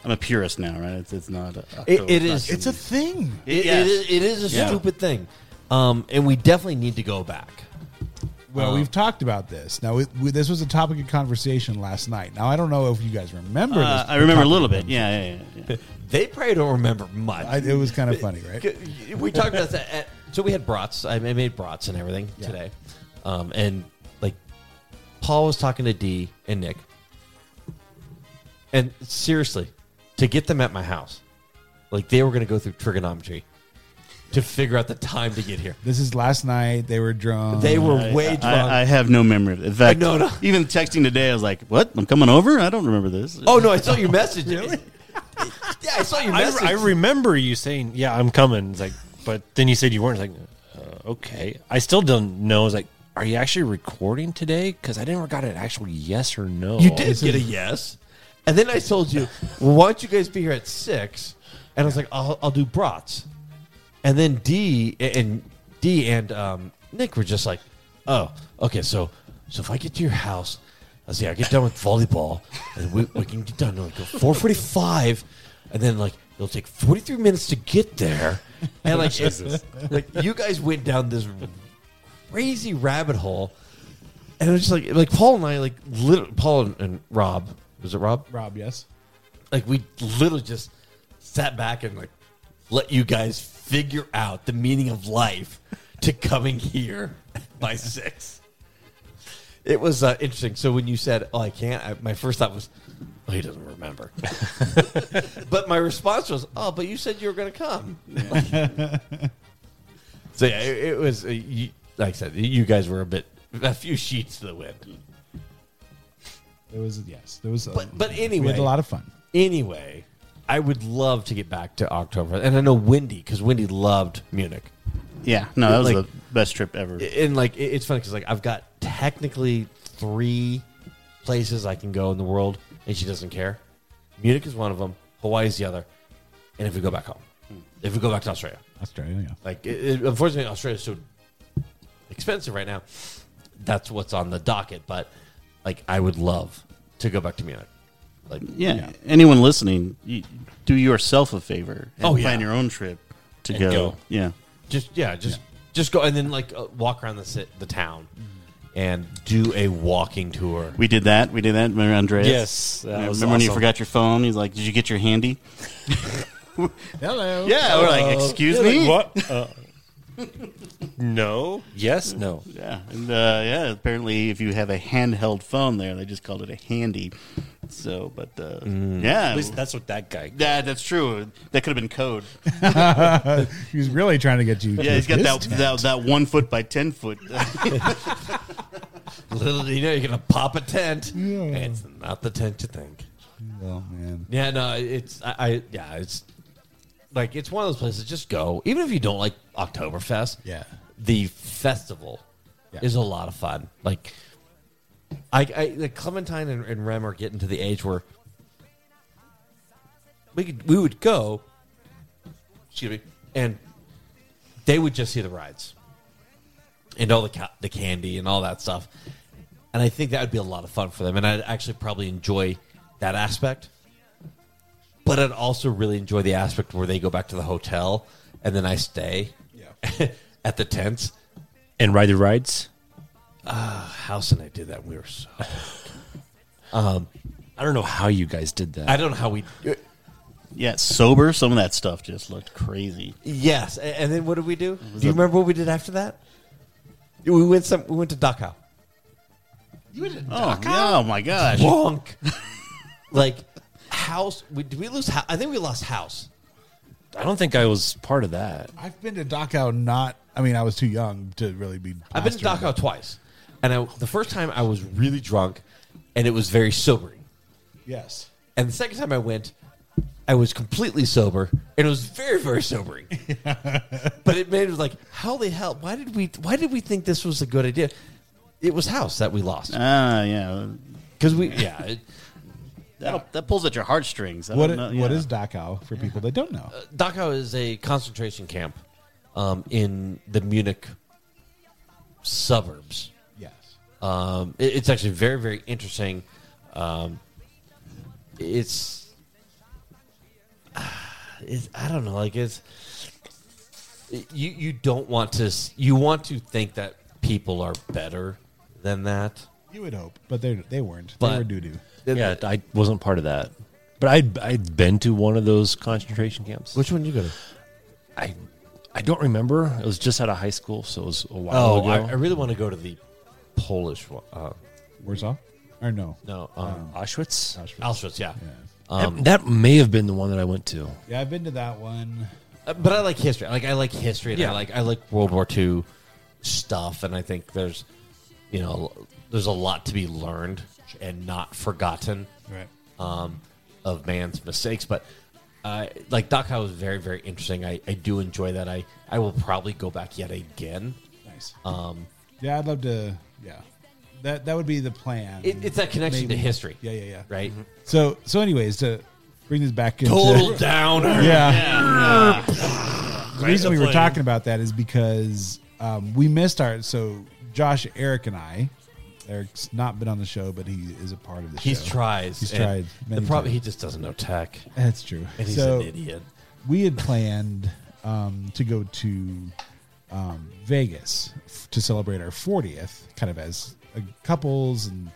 Speaker 4: I'm a purist now, right? It's, it's not. A,
Speaker 2: It- it is-
Speaker 1: It's
Speaker 4: It's
Speaker 1: a thing.
Speaker 2: it,
Speaker 4: Yes.
Speaker 2: it, is, it is a
Speaker 4: Yeah.
Speaker 2: stupid thing, um, and we definitely need to go back.
Speaker 1: Well,
Speaker 4: Um,
Speaker 1: we've talked about this. Now, we, we, this was a topic of conversation last night. Now, I don't know if you guys remember
Speaker 4: uh,
Speaker 1: this.
Speaker 4: I remember a little bit. Yeah. yeah, yeah, yeah.
Speaker 2: They probably don't remember much.
Speaker 1: I, it was kind of funny, right?
Speaker 2: C- we talked about that. At, so we had brats. I ma- made brats and everything today, um, and like Paul was talking to D and Nick, and seriously, to get them at my house, like they were going to go through trigonometry to figure out the time to get here.
Speaker 1: This is last night. They were drunk.
Speaker 2: They were way drunk.
Speaker 4: I, I have no memory of it. In fact,
Speaker 2: No, no.
Speaker 4: even texting today, I was like, "What? I'm coming over? I don't remember this."
Speaker 2: oh no, I saw your message. yeah, I saw your
Speaker 3: I,
Speaker 2: message.
Speaker 3: I remember you saying, "Yeah, I'm coming." It's like, but then you said you weren't. It's like, uh, okay, I still don't know. It's like, are you actually recording today? Because I never got an actual yes or no.
Speaker 2: You did get a yes. And then I told you, well, why don't you guys be here at six? And I was like, I'll, I'll do brats. And then D and D and um, Nick were just like, oh, okay. So so if I get to your house, I say I get done with volleyball, and we, we can get done like four forty five, and then like it'll take forty three minutes to get there, and like it's, like you guys went down this crazy rabbit hole. And it was just like like Paul and I like lit Paul and, and Rob was it Rob
Speaker 1: Rob, yes.
Speaker 2: like we literally just sat back and like let you guys figure out the meaning of life to coming here by six. It was uh, interesting. So when you said, "Oh, I can't," I, my first thought was, "Oh, he doesn't remember." but my response was, "Oh, but you said you were going to come." so yeah, it, it was. Uh, you, like I said, you guys were a bit a few sheets to the wind.
Speaker 1: It was yes. There was. a-
Speaker 2: But but
Speaker 1: we
Speaker 2: anyway,
Speaker 1: had a lot of fun.
Speaker 2: Anyway, I would love to get back to October, and I know Wendy because Wendy loved Munich,
Speaker 4: yeah. No, that was
Speaker 2: Like-
Speaker 4: the best trip ever.
Speaker 2: and like it- it's funny because like I've got technically three places I can go in the world, and she doesn't care. Munich is one of them. Hawaii is the other, and if we go back home, if we go back to Australia,
Speaker 1: Australia. Yeah.
Speaker 2: like it, it- unfortunately Australia is so expensive right now. That's what's on the docket, but like I would love to go back to Munich. Like
Speaker 4: yeah. Anyone listening, you, do yourself a favor and
Speaker 2: Oh, yeah.
Speaker 4: plan your own trip to
Speaker 3: And
Speaker 4: go.
Speaker 3: go.
Speaker 4: Yeah.
Speaker 2: just yeah, just just go and then like uh, walk around the sit, the town and do a walking tour.
Speaker 4: We did that. We did that. Remember Andreas?
Speaker 3: Yes, that
Speaker 4: Yeah,
Speaker 3: was
Speaker 4: remember when you
Speaker 3: awesome.
Speaker 4: forgot your phone? He's like, "Did you get your handy?"
Speaker 1: Hello.
Speaker 4: Yeah. we're like, "Excuse
Speaker 3: Yeah, like,
Speaker 4: me."
Speaker 3: what? Uh, no. Yes. No.
Speaker 4: Yeah, and uh, yeah. Apparently, if you have a handheld phone, there they just called it a handy. So, but uh, yeah,
Speaker 3: At least that's what that guy.
Speaker 4: yeah, that's true. That could have been code.
Speaker 1: He was really trying to get you.
Speaker 4: Yeah, he's got
Speaker 1: this
Speaker 4: that,
Speaker 1: time.
Speaker 4: that that one foot by ten foot.
Speaker 2: Little do you know, you're gonna pop a tent. and It's not the tent you think.
Speaker 1: Oh man.
Speaker 2: Yeah, no, it's I, I yeah, it's like it's one of those places. Just go, even if you don't like Oktoberfest.
Speaker 1: Yeah.
Speaker 2: the festival
Speaker 1: Yeah.
Speaker 2: is a lot of fun. Like, I, I like Clementine and, and Rem are getting to the age where we could we would go, excuse me, and they would just see the rides and all the ca- the candy and all that stuff. And I think that would be a lot of fun for them, and I'd actually probably enjoy that aspect. But I'd also really enjoy the aspect where they go back to the hotel and then I stay
Speaker 1: Yeah.
Speaker 2: at the tents
Speaker 3: And ride the rides.
Speaker 2: house and I did that. And we were so
Speaker 3: I don't know how you guys did that.
Speaker 2: I don't know how we.
Speaker 4: yeah, sober. Some of that stuff just looked crazy.
Speaker 2: Yes, a- and then what did we do? Do you remember what we did after that? We went some. We went to Dachau.
Speaker 4: Oh, yeah, oh my gosh!
Speaker 2: Bonk. like house. We, did we lose? House? I think we lost house.
Speaker 3: I don't think I was part of that.
Speaker 1: I've been to Dachau. Not, I mean, I was too young to really be.
Speaker 2: I've been to
Speaker 1: plastered,
Speaker 2: Dachau twice, and I, the first time I was really drunk, and it was very sobering.
Speaker 1: but- Yes.
Speaker 2: And the second time I went, I was completely sober, and it was very, very sobering. but it made it like, how the hell? Why did we? Why did we think this was a good idea? It was house that we lost
Speaker 4: Ah, yeah.
Speaker 2: because we. Yeah, it,
Speaker 4: That'll, that pulls at your heartstrings. I
Speaker 1: What
Speaker 4: don't know,
Speaker 1: i- What
Speaker 4: yeah.
Speaker 1: is Dachau for people that don't know?
Speaker 2: Uh, Dachau is a concentration camp um, in the Munich suburbs.
Speaker 1: yes.
Speaker 2: Um, it- it's actually very, very interesting. Um, it's, it's, I don't know, like it's, you, you don't want to, s- you want to think that people are better than that.
Speaker 1: You would hope, but they they weren't. they
Speaker 2: But-
Speaker 1: were doo doo.
Speaker 3: Yeah, I wasn't part of that. But I'd I'd been to one of those concentration camps.
Speaker 2: Which one did you go to?
Speaker 3: I I don't remember. It was just out of high school, so it was a while
Speaker 2: Oh,
Speaker 3: ago.
Speaker 2: I, I really want to go to the Polish one. Uh,
Speaker 1: Warsaw, or no?
Speaker 2: no, um,
Speaker 3: Auschwitz. Um,
Speaker 2: Auschwitz, yeah.
Speaker 3: that, that may have been the one that I went to.
Speaker 1: Yeah, I've been to that one.
Speaker 2: Uh, but I like history. Like I like history. And
Speaker 3: Yeah.
Speaker 2: I like I like World War II stuff, and I think there's, you know, there's a lot to be learned and not forgotten
Speaker 1: Right.
Speaker 2: um, of man's mistakes. But uh, like Dachau was very very interesting. I, I do enjoy that. I I will probably go back yet again.
Speaker 1: Nice. Um. Yeah, I'd love to. Yeah. That that would be the plan.
Speaker 2: It, it's that connection
Speaker 1: Maybe.
Speaker 2: to history.
Speaker 1: Yeah, yeah, yeah.
Speaker 2: Right.
Speaker 1: So so, anyways, to bring this back into
Speaker 2: Total downer.
Speaker 1: Yeah. The reason we were talking about that is because um, we missed our so Josh, Eric, and I. Eric's not been on the show, but he is a part of the
Speaker 2: He's
Speaker 1: show.
Speaker 2: tries.
Speaker 1: He's
Speaker 2: and
Speaker 1: tried.
Speaker 2: The
Speaker 1: many
Speaker 2: problem
Speaker 1: times.
Speaker 2: he just doesn't know tech,
Speaker 1: That's true.
Speaker 2: and he's
Speaker 1: so
Speaker 2: an idiot.
Speaker 1: we had planned um, to go to um, Vegas f- to celebrate our 40th, kind of as uh, couples, and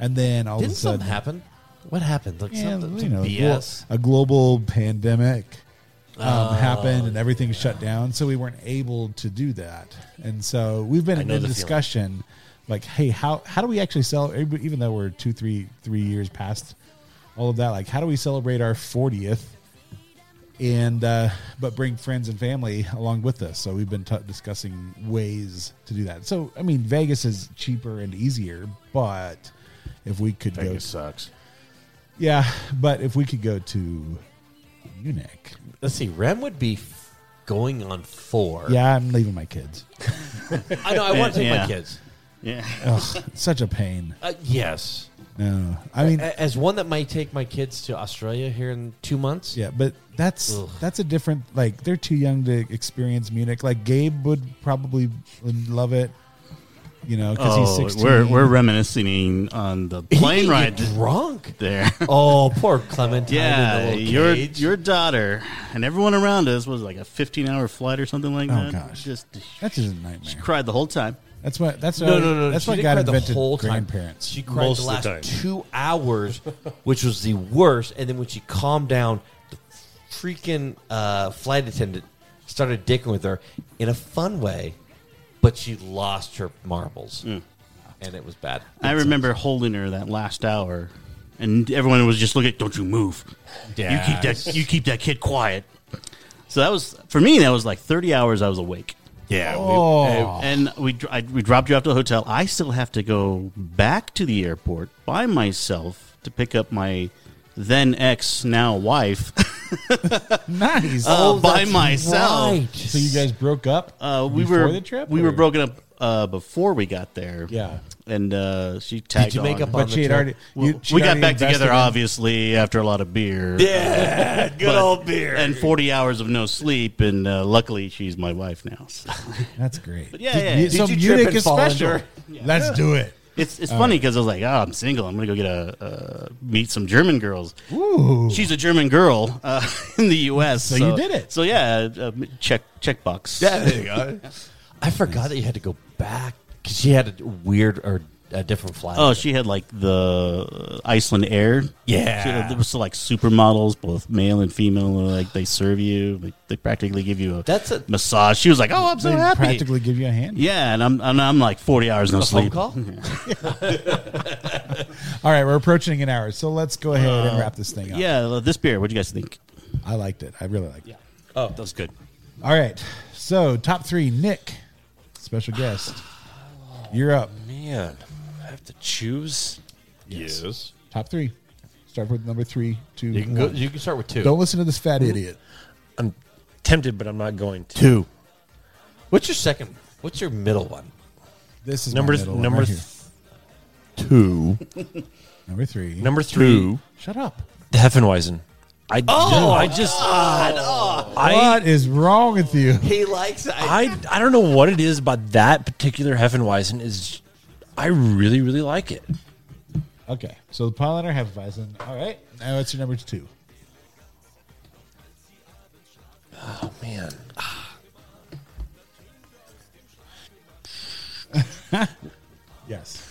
Speaker 1: and then all of
Speaker 2: Didn't
Speaker 1: a sudden
Speaker 2: something happen? What happened? Like
Speaker 1: Yeah,
Speaker 2: something,
Speaker 1: you know,
Speaker 2: some
Speaker 1: a glo-
Speaker 2: BS.
Speaker 1: a global pandemic um, happened and everything shut down, so we weren't able to do that. And so we've been in
Speaker 3: know
Speaker 1: a
Speaker 3: the feeling.
Speaker 1: discussion, like, hey, how how do we actually sell? Even though we're two, three, three years past all of that, like, how do we celebrate our fortieth? And uh, but bring friends and family along with us. So we've been t- discussing ways to do that. So I mean, Vegas is cheaper and easier, but if we could go
Speaker 6: Vegas sucks.
Speaker 1: yeah, but if we could go to Munich.
Speaker 2: Let's see. Rem would be f- going on four.
Speaker 1: Yeah, I'm leaving my kids.
Speaker 2: I know. I want to take
Speaker 4: Yeah.
Speaker 2: my kids.
Speaker 4: Yeah.
Speaker 1: Ugh, such a pain.
Speaker 2: Uh, yes,
Speaker 1: No, I mean,
Speaker 2: A- as one that might take my kids to Australia here in two months.
Speaker 1: yeah, but that's
Speaker 2: Ugh.
Speaker 1: that's a different. Like, they're too young to experience Munich. Like, Gabe would probably love it. You know, because he's
Speaker 4: Oh,
Speaker 1: 16.
Speaker 4: we're we're reminiscing on the plane
Speaker 2: You're
Speaker 4: ride
Speaker 2: drunk.
Speaker 4: there.
Speaker 2: Oh, poor Clementine. in
Speaker 4: Yeah,
Speaker 2: the little
Speaker 4: your
Speaker 2: cage.
Speaker 4: your daughter and everyone around us was like a 15 hour flight or something like
Speaker 1: Oh,
Speaker 4: that.
Speaker 1: gosh.
Speaker 4: just
Speaker 1: that's just a
Speaker 4: she
Speaker 1: nightmare.
Speaker 4: cried the whole time.
Speaker 1: That's what. That's what
Speaker 2: no, no, no.
Speaker 1: uh, That's
Speaker 2: she
Speaker 1: what
Speaker 2: didn't
Speaker 1: got
Speaker 2: cry
Speaker 1: invented.
Speaker 2: the whole time.
Speaker 1: grandparents.
Speaker 2: She cried
Speaker 3: Most
Speaker 2: the
Speaker 3: of the
Speaker 2: last
Speaker 3: time.
Speaker 2: two hours, which was the worst. And then when she calmed down, the freaking uh, flight attendant started dicking with her in a fun way, but she lost her marbles, and it was bad.
Speaker 4: I remember holding her that last hour, and everyone was just looking. Don't you move? You keep that. You keep that kid quiet. So that was for me. That was like 30 hours I was awake.
Speaker 6: Yeah. we-
Speaker 1: Oh,
Speaker 4: And we dr- I, we dropped you off to the hotel. I still have to go back to the airport by myself to pick up my then ex now wife
Speaker 1: nice.
Speaker 4: uh, by myself.
Speaker 1: so you guys broke up?
Speaker 4: Uh, we
Speaker 1: before
Speaker 4: were
Speaker 1: the trip.
Speaker 4: we were
Speaker 1: or-
Speaker 4: broken up uh, before we got there.
Speaker 1: Yeah.
Speaker 4: and uh, she tagged.
Speaker 2: Did you make
Speaker 4: on.
Speaker 2: up on
Speaker 1: But
Speaker 2: the
Speaker 1: she had
Speaker 2: trip?
Speaker 1: already.
Speaker 4: We,
Speaker 1: you- she'd
Speaker 4: we got
Speaker 1: already
Speaker 4: back together,
Speaker 1: invested in-
Speaker 4: obviously, after a lot of beer.
Speaker 2: Yeah, good
Speaker 4: but-
Speaker 2: old beer.
Speaker 4: and forty hours of no sleep, and uh, luckily she's my wife now. So.
Speaker 1: That's great. But
Speaker 4: yeah, yeah. Did
Speaker 1: so
Speaker 2: you trip
Speaker 1: Munich
Speaker 2: and
Speaker 1: is
Speaker 2: fall into
Speaker 1: special.
Speaker 2: it?
Speaker 1: Let's do it.
Speaker 4: It's it's funny because I was like, oh, I'm single. I'm gonna go get a uh, meet some German girls.
Speaker 1: Ooh.
Speaker 4: She's a German girl uh, in the U.S. So,
Speaker 1: you did it.
Speaker 4: So yeah, uh, check check box.
Speaker 2: Yeah, there you go. I forgot that you had to go back because she had a weird or a different flight.
Speaker 4: Oh, she had like the Iceland Air.
Speaker 2: Yeah.
Speaker 4: She had- there was like supermodels, both male and female. and, Like they serve you. Like, they practically give you a
Speaker 2: That's a-
Speaker 4: massage. She was like, "Oh, I'm so
Speaker 1: they
Speaker 4: happy."
Speaker 1: practically give you a hand.
Speaker 4: yeah, and I'm and I'm like 40 hours no
Speaker 2: a phone
Speaker 4: sleep.
Speaker 2: call. Oh
Speaker 1: All right, we're approaching an hour, so let's go ahead and wrap this thing up.
Speaker 4: Yeah, this beer. What do you guys think?
Speaker 1: I liked it. I really liked it.
Speaker 3: Oh, that was good.
Speaker 1: All right. So, top three Nick, special guest. You're up.
Speaker 3: Man, I have to choose.
Speaker 2: Yes.
Speaker 1: Top three. Start with number three, two,
Speaker 2: You can go.
Speaker 1: one.
Speaker 2: You can start with 2
Speaker 1: Don't listen to this fat idiot.
Speaker 3: I'm tempted, but I'm not going to.
Speaker 1: Two.
Speaker 2: What's your second? What's your middle one?
Speaker 1: This is my
Speaker 3: Number
Speaker 1: middle one
Speaker 3: number
Speaker 1: right
Speaker 3: th-
Speaker 1: here.
Speaker 2: Two.
Speaker 1: number three.
Speaker 3: number three.
Speaker 1: Shut up.
Speaker 3: The Heffenweisen. I oh, I just I
Speaker 2: Oh.
Speaker 1: What is wrong with you?
Speaker 2: He likes. it. I,
Speaker 3: I I don't know what it is about that particular Heffenweisen is. I really really like it.
Speaker 1: Okay. So the Piloter have Bison. All right. Now it's your number two.
Speaker 3: Oh man.
Speaker 1: Yes.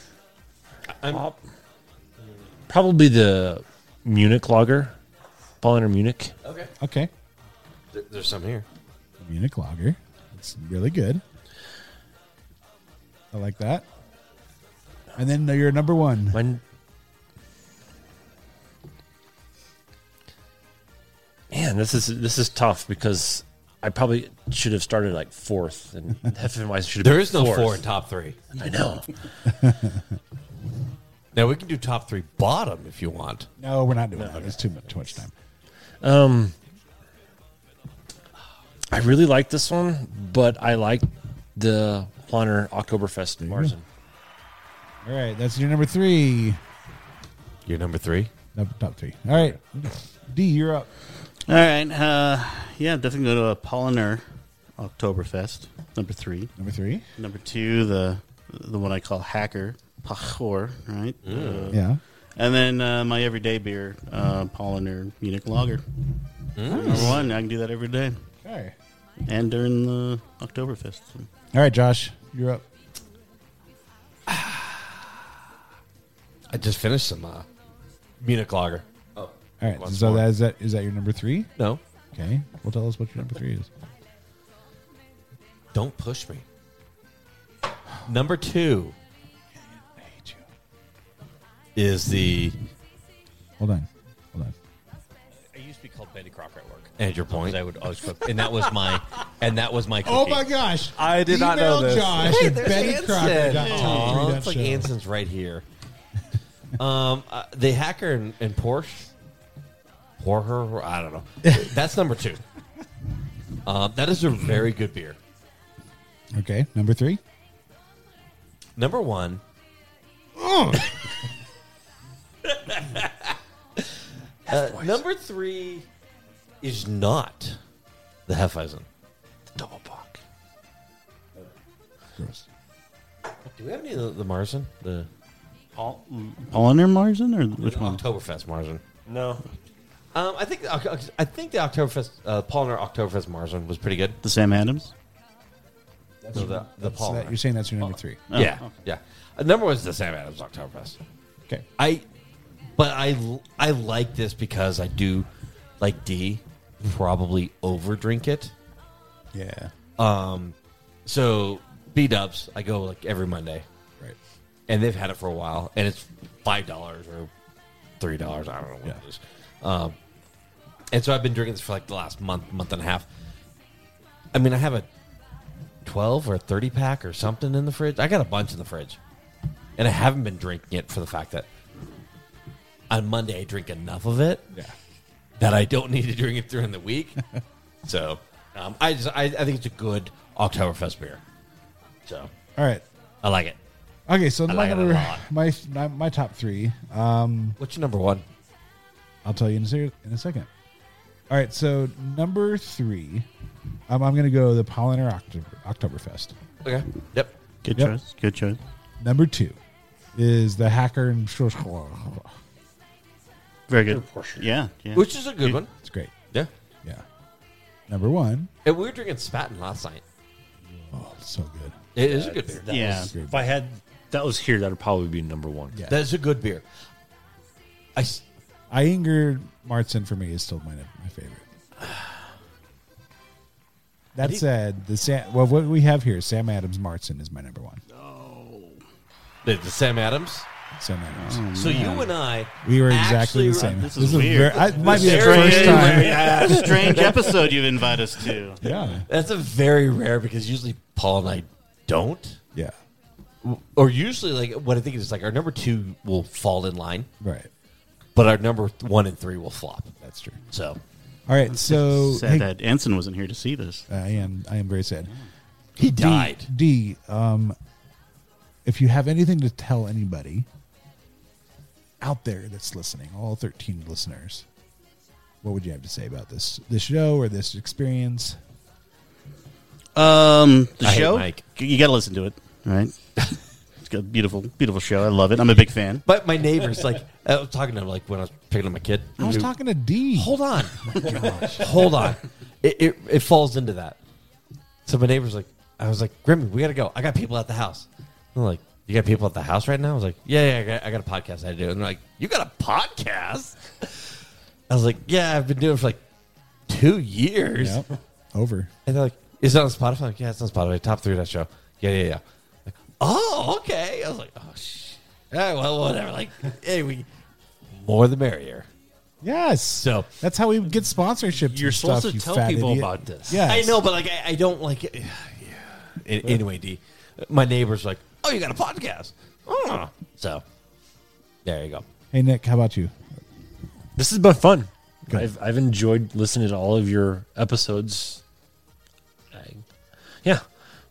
Speaker 3: Probably the Munich lager, Pauliner Munich.
Speaker 2: okay.
Speaker 1: Okay.
Speaker 2: There- There's some here.
Speaker 1: Munich Lager. It's really good. I like that. And then your number one.
Speaker 3: When Man, this is this is tough because I probably should have started like fourth, and Heffenweisen should have.
Speaker 2: There
Speaker 3: been
Speaker 2: is no
Speaker 3: fourth.
Speaker 2: four in top three.
Speaker 3: I know.
Speaker 2: Now we can do top three bottom if you want.
Speaker 1: No, we're not doing that. It's too much, too much time.
Speaker 3: Um, I really like this one, but I like the Planner Oktoberfest Marzen.
Speaker 1: All right. That's your number three.
Speaker 2: Your number three.
Speaker 1: No, top three. All right. D, you're up.
Speaker 4: All right. Uh, yeah, definitely go to a Polliner Oktoberfest, number three.
Speaker 1: Number three.
Speaker 4: Number two, the the one I call Hacker, Pachor, right? Uh,
Speaker 1: Yeah.
Speaker 4: and then uh, my everyday beer, uh, Polliner Munich Lager. Number one, I can do that every day.
Speaker 1: Okay.
Speaker 4: And during the Oktoberfest. so.
Speaker 1: All right, Josh. You're up.
Speaker 2: I just finished some uh, Munich Lager. Oh,
Speaker 1: All right.
Speaker 2: Once
Speaker 1: so
Speaker 2: more.
Speaker 1: that is that is that your number three?
Speaker 2: no!
Speaker 1: Okay. Well, tell us what your number three is.
Speaker 2: Don't push me. Number two
Speaker 1: I hate you.
Speaker 2: is the.
Speaker 1: Hold on. Hold on.
Speaker 6: I used to be called Betty Crocker at work.
Speaker 2: And your point.
Speaker 6: Because I would always cook, and that was my, and that was my. Cooking.
Speaker 1: Oh my gosh!
Speaker 2: I did not know this.
Speaker 1: Josh
Speaker 2: Hey,
Speaker 1: at
Speaker 2: there's
Speaker 1: Betty
Speaker 2: Anson.
Speaker 1: Crocker.
Speaker 2: Aw, it's like Anson's right here. um, uh, the hacker and, and Porsche, or her, I don't know. That's number two. Um, that is a very good beer.
Speaker 1: Okay, number three.
Speaker 2: Number one. Uh, number three is not the Hefeweizen.
Speaker 3: Double buck.
Speaker 1: Gross.
Speaker 2: Do we have any of the, the Marzen? The
Speaker 4: Polliner Marzen or which one?
Speaker 2: Oktoberfest Marzen.
Speaker 3: No,
Speaker 2: Um, I think the- I think the Oktoberfest, uh, Polliner Oktoberfest Marzen was pretty good.
Speaker 4: The Sam Adams?
Speaker 2: No, the the
Speaker 1: So that,
Speaker 2: Polliner.
Speaker 1: you're saying that's your number three.
Speaker 4: Oh,
Speaker 2: yeah,
Speaker 4: okay.
Speaker 2: yeah. Uh, number was the Sam Adams Oktoberfest.
Speaker 1: Okay.
Speaker 2: I, but I I like this because I do, like D, probably over drink it.
Speaker 1: Yeah.
Speaker 2: So B Dubs, I go like every Monday,
Speaker 1: Right.
Speaker 2: and they've had it for a while, and it's five dollars or three dollars. I don't know what it is. Um, and so I've been drinking this for like the last month, month and a half. I mean, I have a twelve or thirty pack or something in the fridge. I got a bunch in the fridge, and I haven't been drinking it for the fact that on Monday I drink enough of it
Speaker 1: Yeah.
Speaker 2: that I don't need to drink it during the week. so um, I just I, I think it's a good Oktoberfest beer. So
Speaker 1: All right.
Speaker 2: I like it.
Speaker 1: Okay. So
Speaker 2: I
Speaker 1: my
Speaker 2: like it a
Speaker 1: number,
Speaker 2: lot.
Speaker 1: my, my my top three.
Speaker 2: What's your number one?
Speaker 1: I'll tell you in a, se- in a second. All right, so number three, um, I'm going to go the Polliner October, Oktoberfest.
Speaker 2: Okay. Yep.
Speaker 4: Good
Speaker 1: Yep.
Speaker 4: choice. Good choice.
Speaker 1: Number two is the Hacker and Schwarzkopf.
Speaker 4: Very good. Yeah. yeah.
Speaker 2: Which is a good one.
Speaker 1: It's great.
Speaker 2: Yeah.
Speaker 1: Yeah. Number one,
Speaker 2: And we were drinking Spaten last night.
Speaker 1: oh, it's so good.
Speaker 2: It is a good beer.
Speaker 4: yeah.
Speaker 3: if I had that was here, that'd probably be number one.
Speaker 1: Yeah.
Speaker 2: That is a good beer. I s-
Speaker 1: Iinger Martzen for me is still my my favorite. That said, the Sam, well,
Speaker 4: Oh.
Speaker 1: what we have here, Sam Adams Martzen is my number one.
Speaker 2: the, the Sam Adams.
Speaker 1: So matters.
Speaker 2: So you and I,
Speaker 1: We were exactly
Speaker 2: actually
Speaker 1: the same.
Speaker 2: run-
Speaker 4: Hmm. This is weird.
Speaker 1: very- I, it might be the
Speaker 2: This is
Speaker 1: first
Speaker 2: very
Speaker 1: time.
Speaker 4: Yeah, strange episode you've invited us to.
Speaker 1: Yeah.
Speaker 2: That's a very rare because usually Paul and I don't,
Speaker 1: Yeah.
Speaker 2: or usually like what I think is like our number two will fall in line,
Speaker 1: Right.
Speaker 2: but our number th- one and three will flop.
Speaker 1: That's true.
Speaker 2: So
Speaker 1: All right. So
Speaker 4: Sad
Speaker 1: hey,
Speaker 4: that Anson wasn't here to see this.
Speaker 1: I am. I am very sad.
Speaker 2: he died.
Speaker 1: D. Um, if you have anything to tell anybody out there that's listening, all thirteen listeners, what would you have to say about this this show or this experience?
Speaker 4: Um, the
Speaker 2: I hate
Speaker 4: show.
Speaker 2: Mike.
Speaker 4: You got to listen to it, all right? it's a beautiful, beautiful show. I love it. I'm a big fan.
Speaker 2: But my neighbors, like I was talking to him, like when I was picking up my kid.
Speaker 1: I was
Speaker 2: Dude,
Speaker 1: talking to D.
Speaker 2: Hold on, hold on. It, it it falls into that. So my neighbor's like, I was like, Grimmy, we gotta go. I got people at the house. I'm like, you got people at the house right now? I was like, yeah, yeah, I got, I got a podcast I do. And they're like, you got a podcast? I was like, yeah, I've been doing it for like two years.
Speaker 1: Yep. Over.
Speaker 2: And they're like, is it on Spotify? I'm like, yeah, it's on Spotify. Top three that show. Yeah, yeah, yeah. Like, oh, okay. I was like, oh, shh. All right, well, whatever. Like, hey, we more the merrier.
Speaker 1: Yes.
Speaker 2: So-
Speaker 1: that's how we get sponsorships.
Speaker 3: You're
Speaker 1: and
Speaker 3: supposed
Speaker 1: stuff,
Speaker 3: to
Speaker 1: you
Speaker 3: tell
Speaker 1: fat
Speaker 3: people
Speaker 1: idiot.
Speaker 3: about this.
Speaker 1: Yes.
Speaker 2: I know, but like, I, I don't like it. Yeah. A- Anyway, D, my neighbor's like, oh, you got a podcast. Oh. So there you go.
Speaker 1: Hey Nick, how about you?
Speaker 3: This has been fun.
Speaker 1: Good.
Speaker 3: I've I've enjoyed listening to all of your episodes. I, yeah,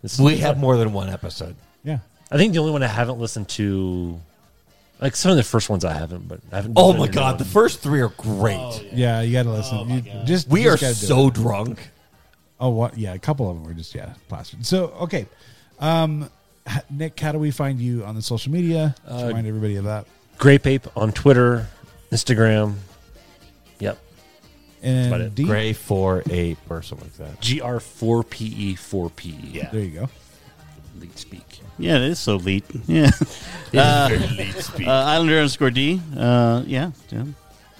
Speaker 3: this
Speaker 2: We have more than one episode.
Speaker 1: Yeah.
Speaker 3: I think the only one I haven't listened to, like some of the first ones I haven't, but I haven't.
Speaker 2: Oh
Speaker 3: done
Speaker 2: my
Speaker 3: it
Speaker 2: God.
Speaker 3: in-
Speaker 2: The first three are great.
Speaker 1: Yeah, you got to listen. You just
Speaker 2: Oh, We
Speaker 1: you
Speaker 2: are
Speaker 1: just gotta do it.
Speaker 2: so drunk.
Speaker 1: Oh, what? Yeah, a couple of them were just yeah plastered. So okay, um, h- Nick, how do we find you on the social media?
Speaker 3: Uh,
Speaker 1: Just remind everybody of that.
Speaker 3: Grape Ape on Twitter, Instagram. Yep, about
Speaker 1: And
Speaker 3: it.
Speaker 1: D,
Speaker 2: Gray 4 8 or something like that.
Speaker 3: gr4pe4pe.
Speaker 1: there you go.
Speaker 3: lead speak.
Speaker 4: Yeah, it is so leet. Yeah. Uh, uh, Islander underscore D. Uh, yeah, yeah.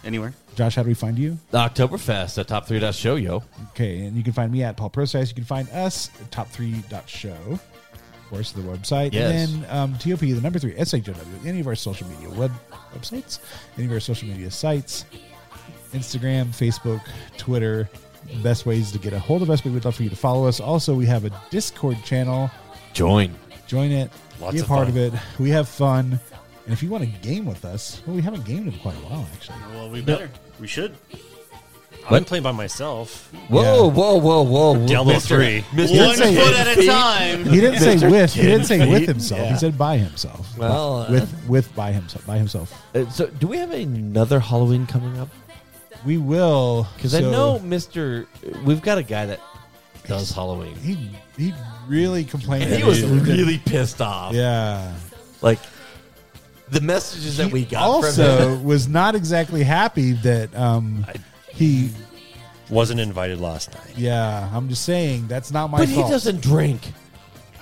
Speaker 4: Anywhere.
Speaker 1: Josh, how do we find you?
Speaker 2: Oktoberfest, a top three dot show, yo.
Speaker 1: Okay, and you can find me at Paul Process. You can find us at top three dot show, of course, the website.
Speaker 2: Yes.
Speaker 1: And then um, TOP, the number three, SHOW, any of our social media web websites, any of our social media sites, Instagram, Facebook, Twitter, best ways to get a hold of us. We would love for you to follow us. Also, we have a Discord channel.
Speaker 2: Join.
Speaker 1: Join it.
Speaker 3: Lots
Speaker 1: be a
Speaker 3: of
Speaker 1: part of
Speaker 3: fun.
Speaker 1: it. We have fun. And if you want to game with us, well, we haven't gamed in quite a while, actually.
Speaker 4: Well, we better. We should.
Speaker 3: I've been playing by myself.
Speaker 2: Whoa,
Speaker 1: Yeah.
Speaker 2: whoa, whoa, whoa. whoa.
Speaker 3: Diablo
Speaker 2: Mr.
Speaker 3: 3.
Speaker 2: Mr. Sid.
Speaker 4: at a time.
Speaker 1: He didn't say with. He didn't say with himself. He said by himself.
Speaker 2: Well, uh,
Speaker 1: with with by himself. By himself.
Speaker 2: Uh, so, do we have another Halloween coming up?
Speaker 1: We will
Speaker 2: Because I
Speaker 1: so
Speaker 2: know Mr. We've got a guy that does Halloween.
Speaker 1: he he really complained.
Speaker 2: And he
Speaker 1: that
Speaker 2: was
Speaker 1: didn't-
Speaker 2: really pissed off.
Speaker 1: yeah.
Speaker 2: Like, the messages that
Speaker 1: He
Speaker 2: we got from
Speaker 1: also
Speaker 2: him.
Speaker 1: was not exactly happy that um he
Speaker 3: Wasn't invited last night.
Speaker 1: yeah. I'm just saying that's not my
Speaker 2: But he
Speaker 1: fault.
Speaker 2: doesn't drink.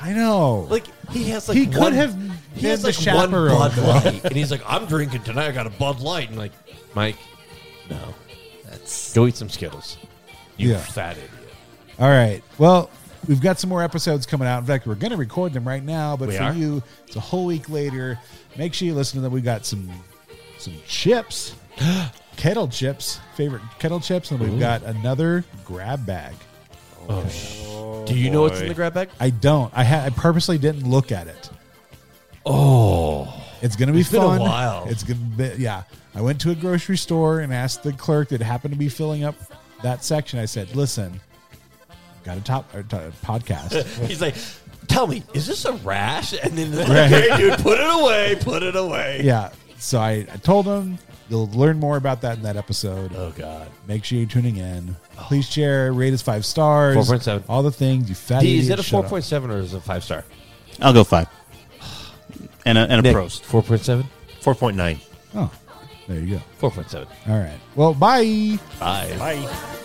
Speaker 1: I know.
Speaker 2: Like, he has like
Speaker 1: He could
Speaker 2: one-
Speaker 1: have
Speaker 2: he
Speaker 1: been
Speaker 2: has
Speaker 1: the
Speaker 2: like
Speaker 1: chaperone,
Speaker 2: one Bud
Speaker 1: though.
Speaker 2: Light. and he's like, I'm drinking tonight. I got a Bud Light. And like, Mike, no. That's Go eat some Skittles. You
Speaker 1: Yeah.
Speaker 2: fat idiot.
Speaker 1: All right. Well, we've got some more episodes coming out. In fact, we're going to record them right now, but
Speaker 2: We
Speaker 1: for
Speaker 2: are?
Speaker 1: you, it's a whole week later. Make sure you listen to them. We got some some chips, kettle chips, favorite kettle chips, and we've got another grab bag.
Speaker 2: Do you know what's in the grab bag?
Speaker 1: I don't. I ha- I purposely didn't look at it. Oh, it's going to be
Speaker 2: It's been a
Speaker 1: fun.
Speaker 2: while.
Speaker 1: It's going to be yeah. I went to a grocery store and asked the clerk that happened to be filling up that section. I said, "Listen, got a top or t- podcast."
Speaker 2: He's like, tell me, is this a rash? And then,
Speaker 1: Right.
Speaker 2: okay, dude, put it away, put it away.
Speaker 1: Yeah. So I, I told him you'll learn more about that in that episode.
Speaker 2: Oh God,
Speaker 1: Make sure you're tuning in. Please share, rate us five stars.
Speaker 2: 4.7.
Speaker 1: All the things you fat
Speaker 2: D, is
Speaker 1: idiot,
Speaker 2: it a
Speaker 1: shut
Speaker 2: four
Speaker 1: up.
Speaker 2: point seven or is it a five star?
Speaker 4: I'll go five. And a, and a prost.
Speaker 2: four point seven,
Speaker 3: 4.9.
Speaker 1: Oh, there you
Speaker 2: four point seven.
Speaker 1: go. All right. Well, bye.
Speaker 2: Bye.
Speaker 3: Bye.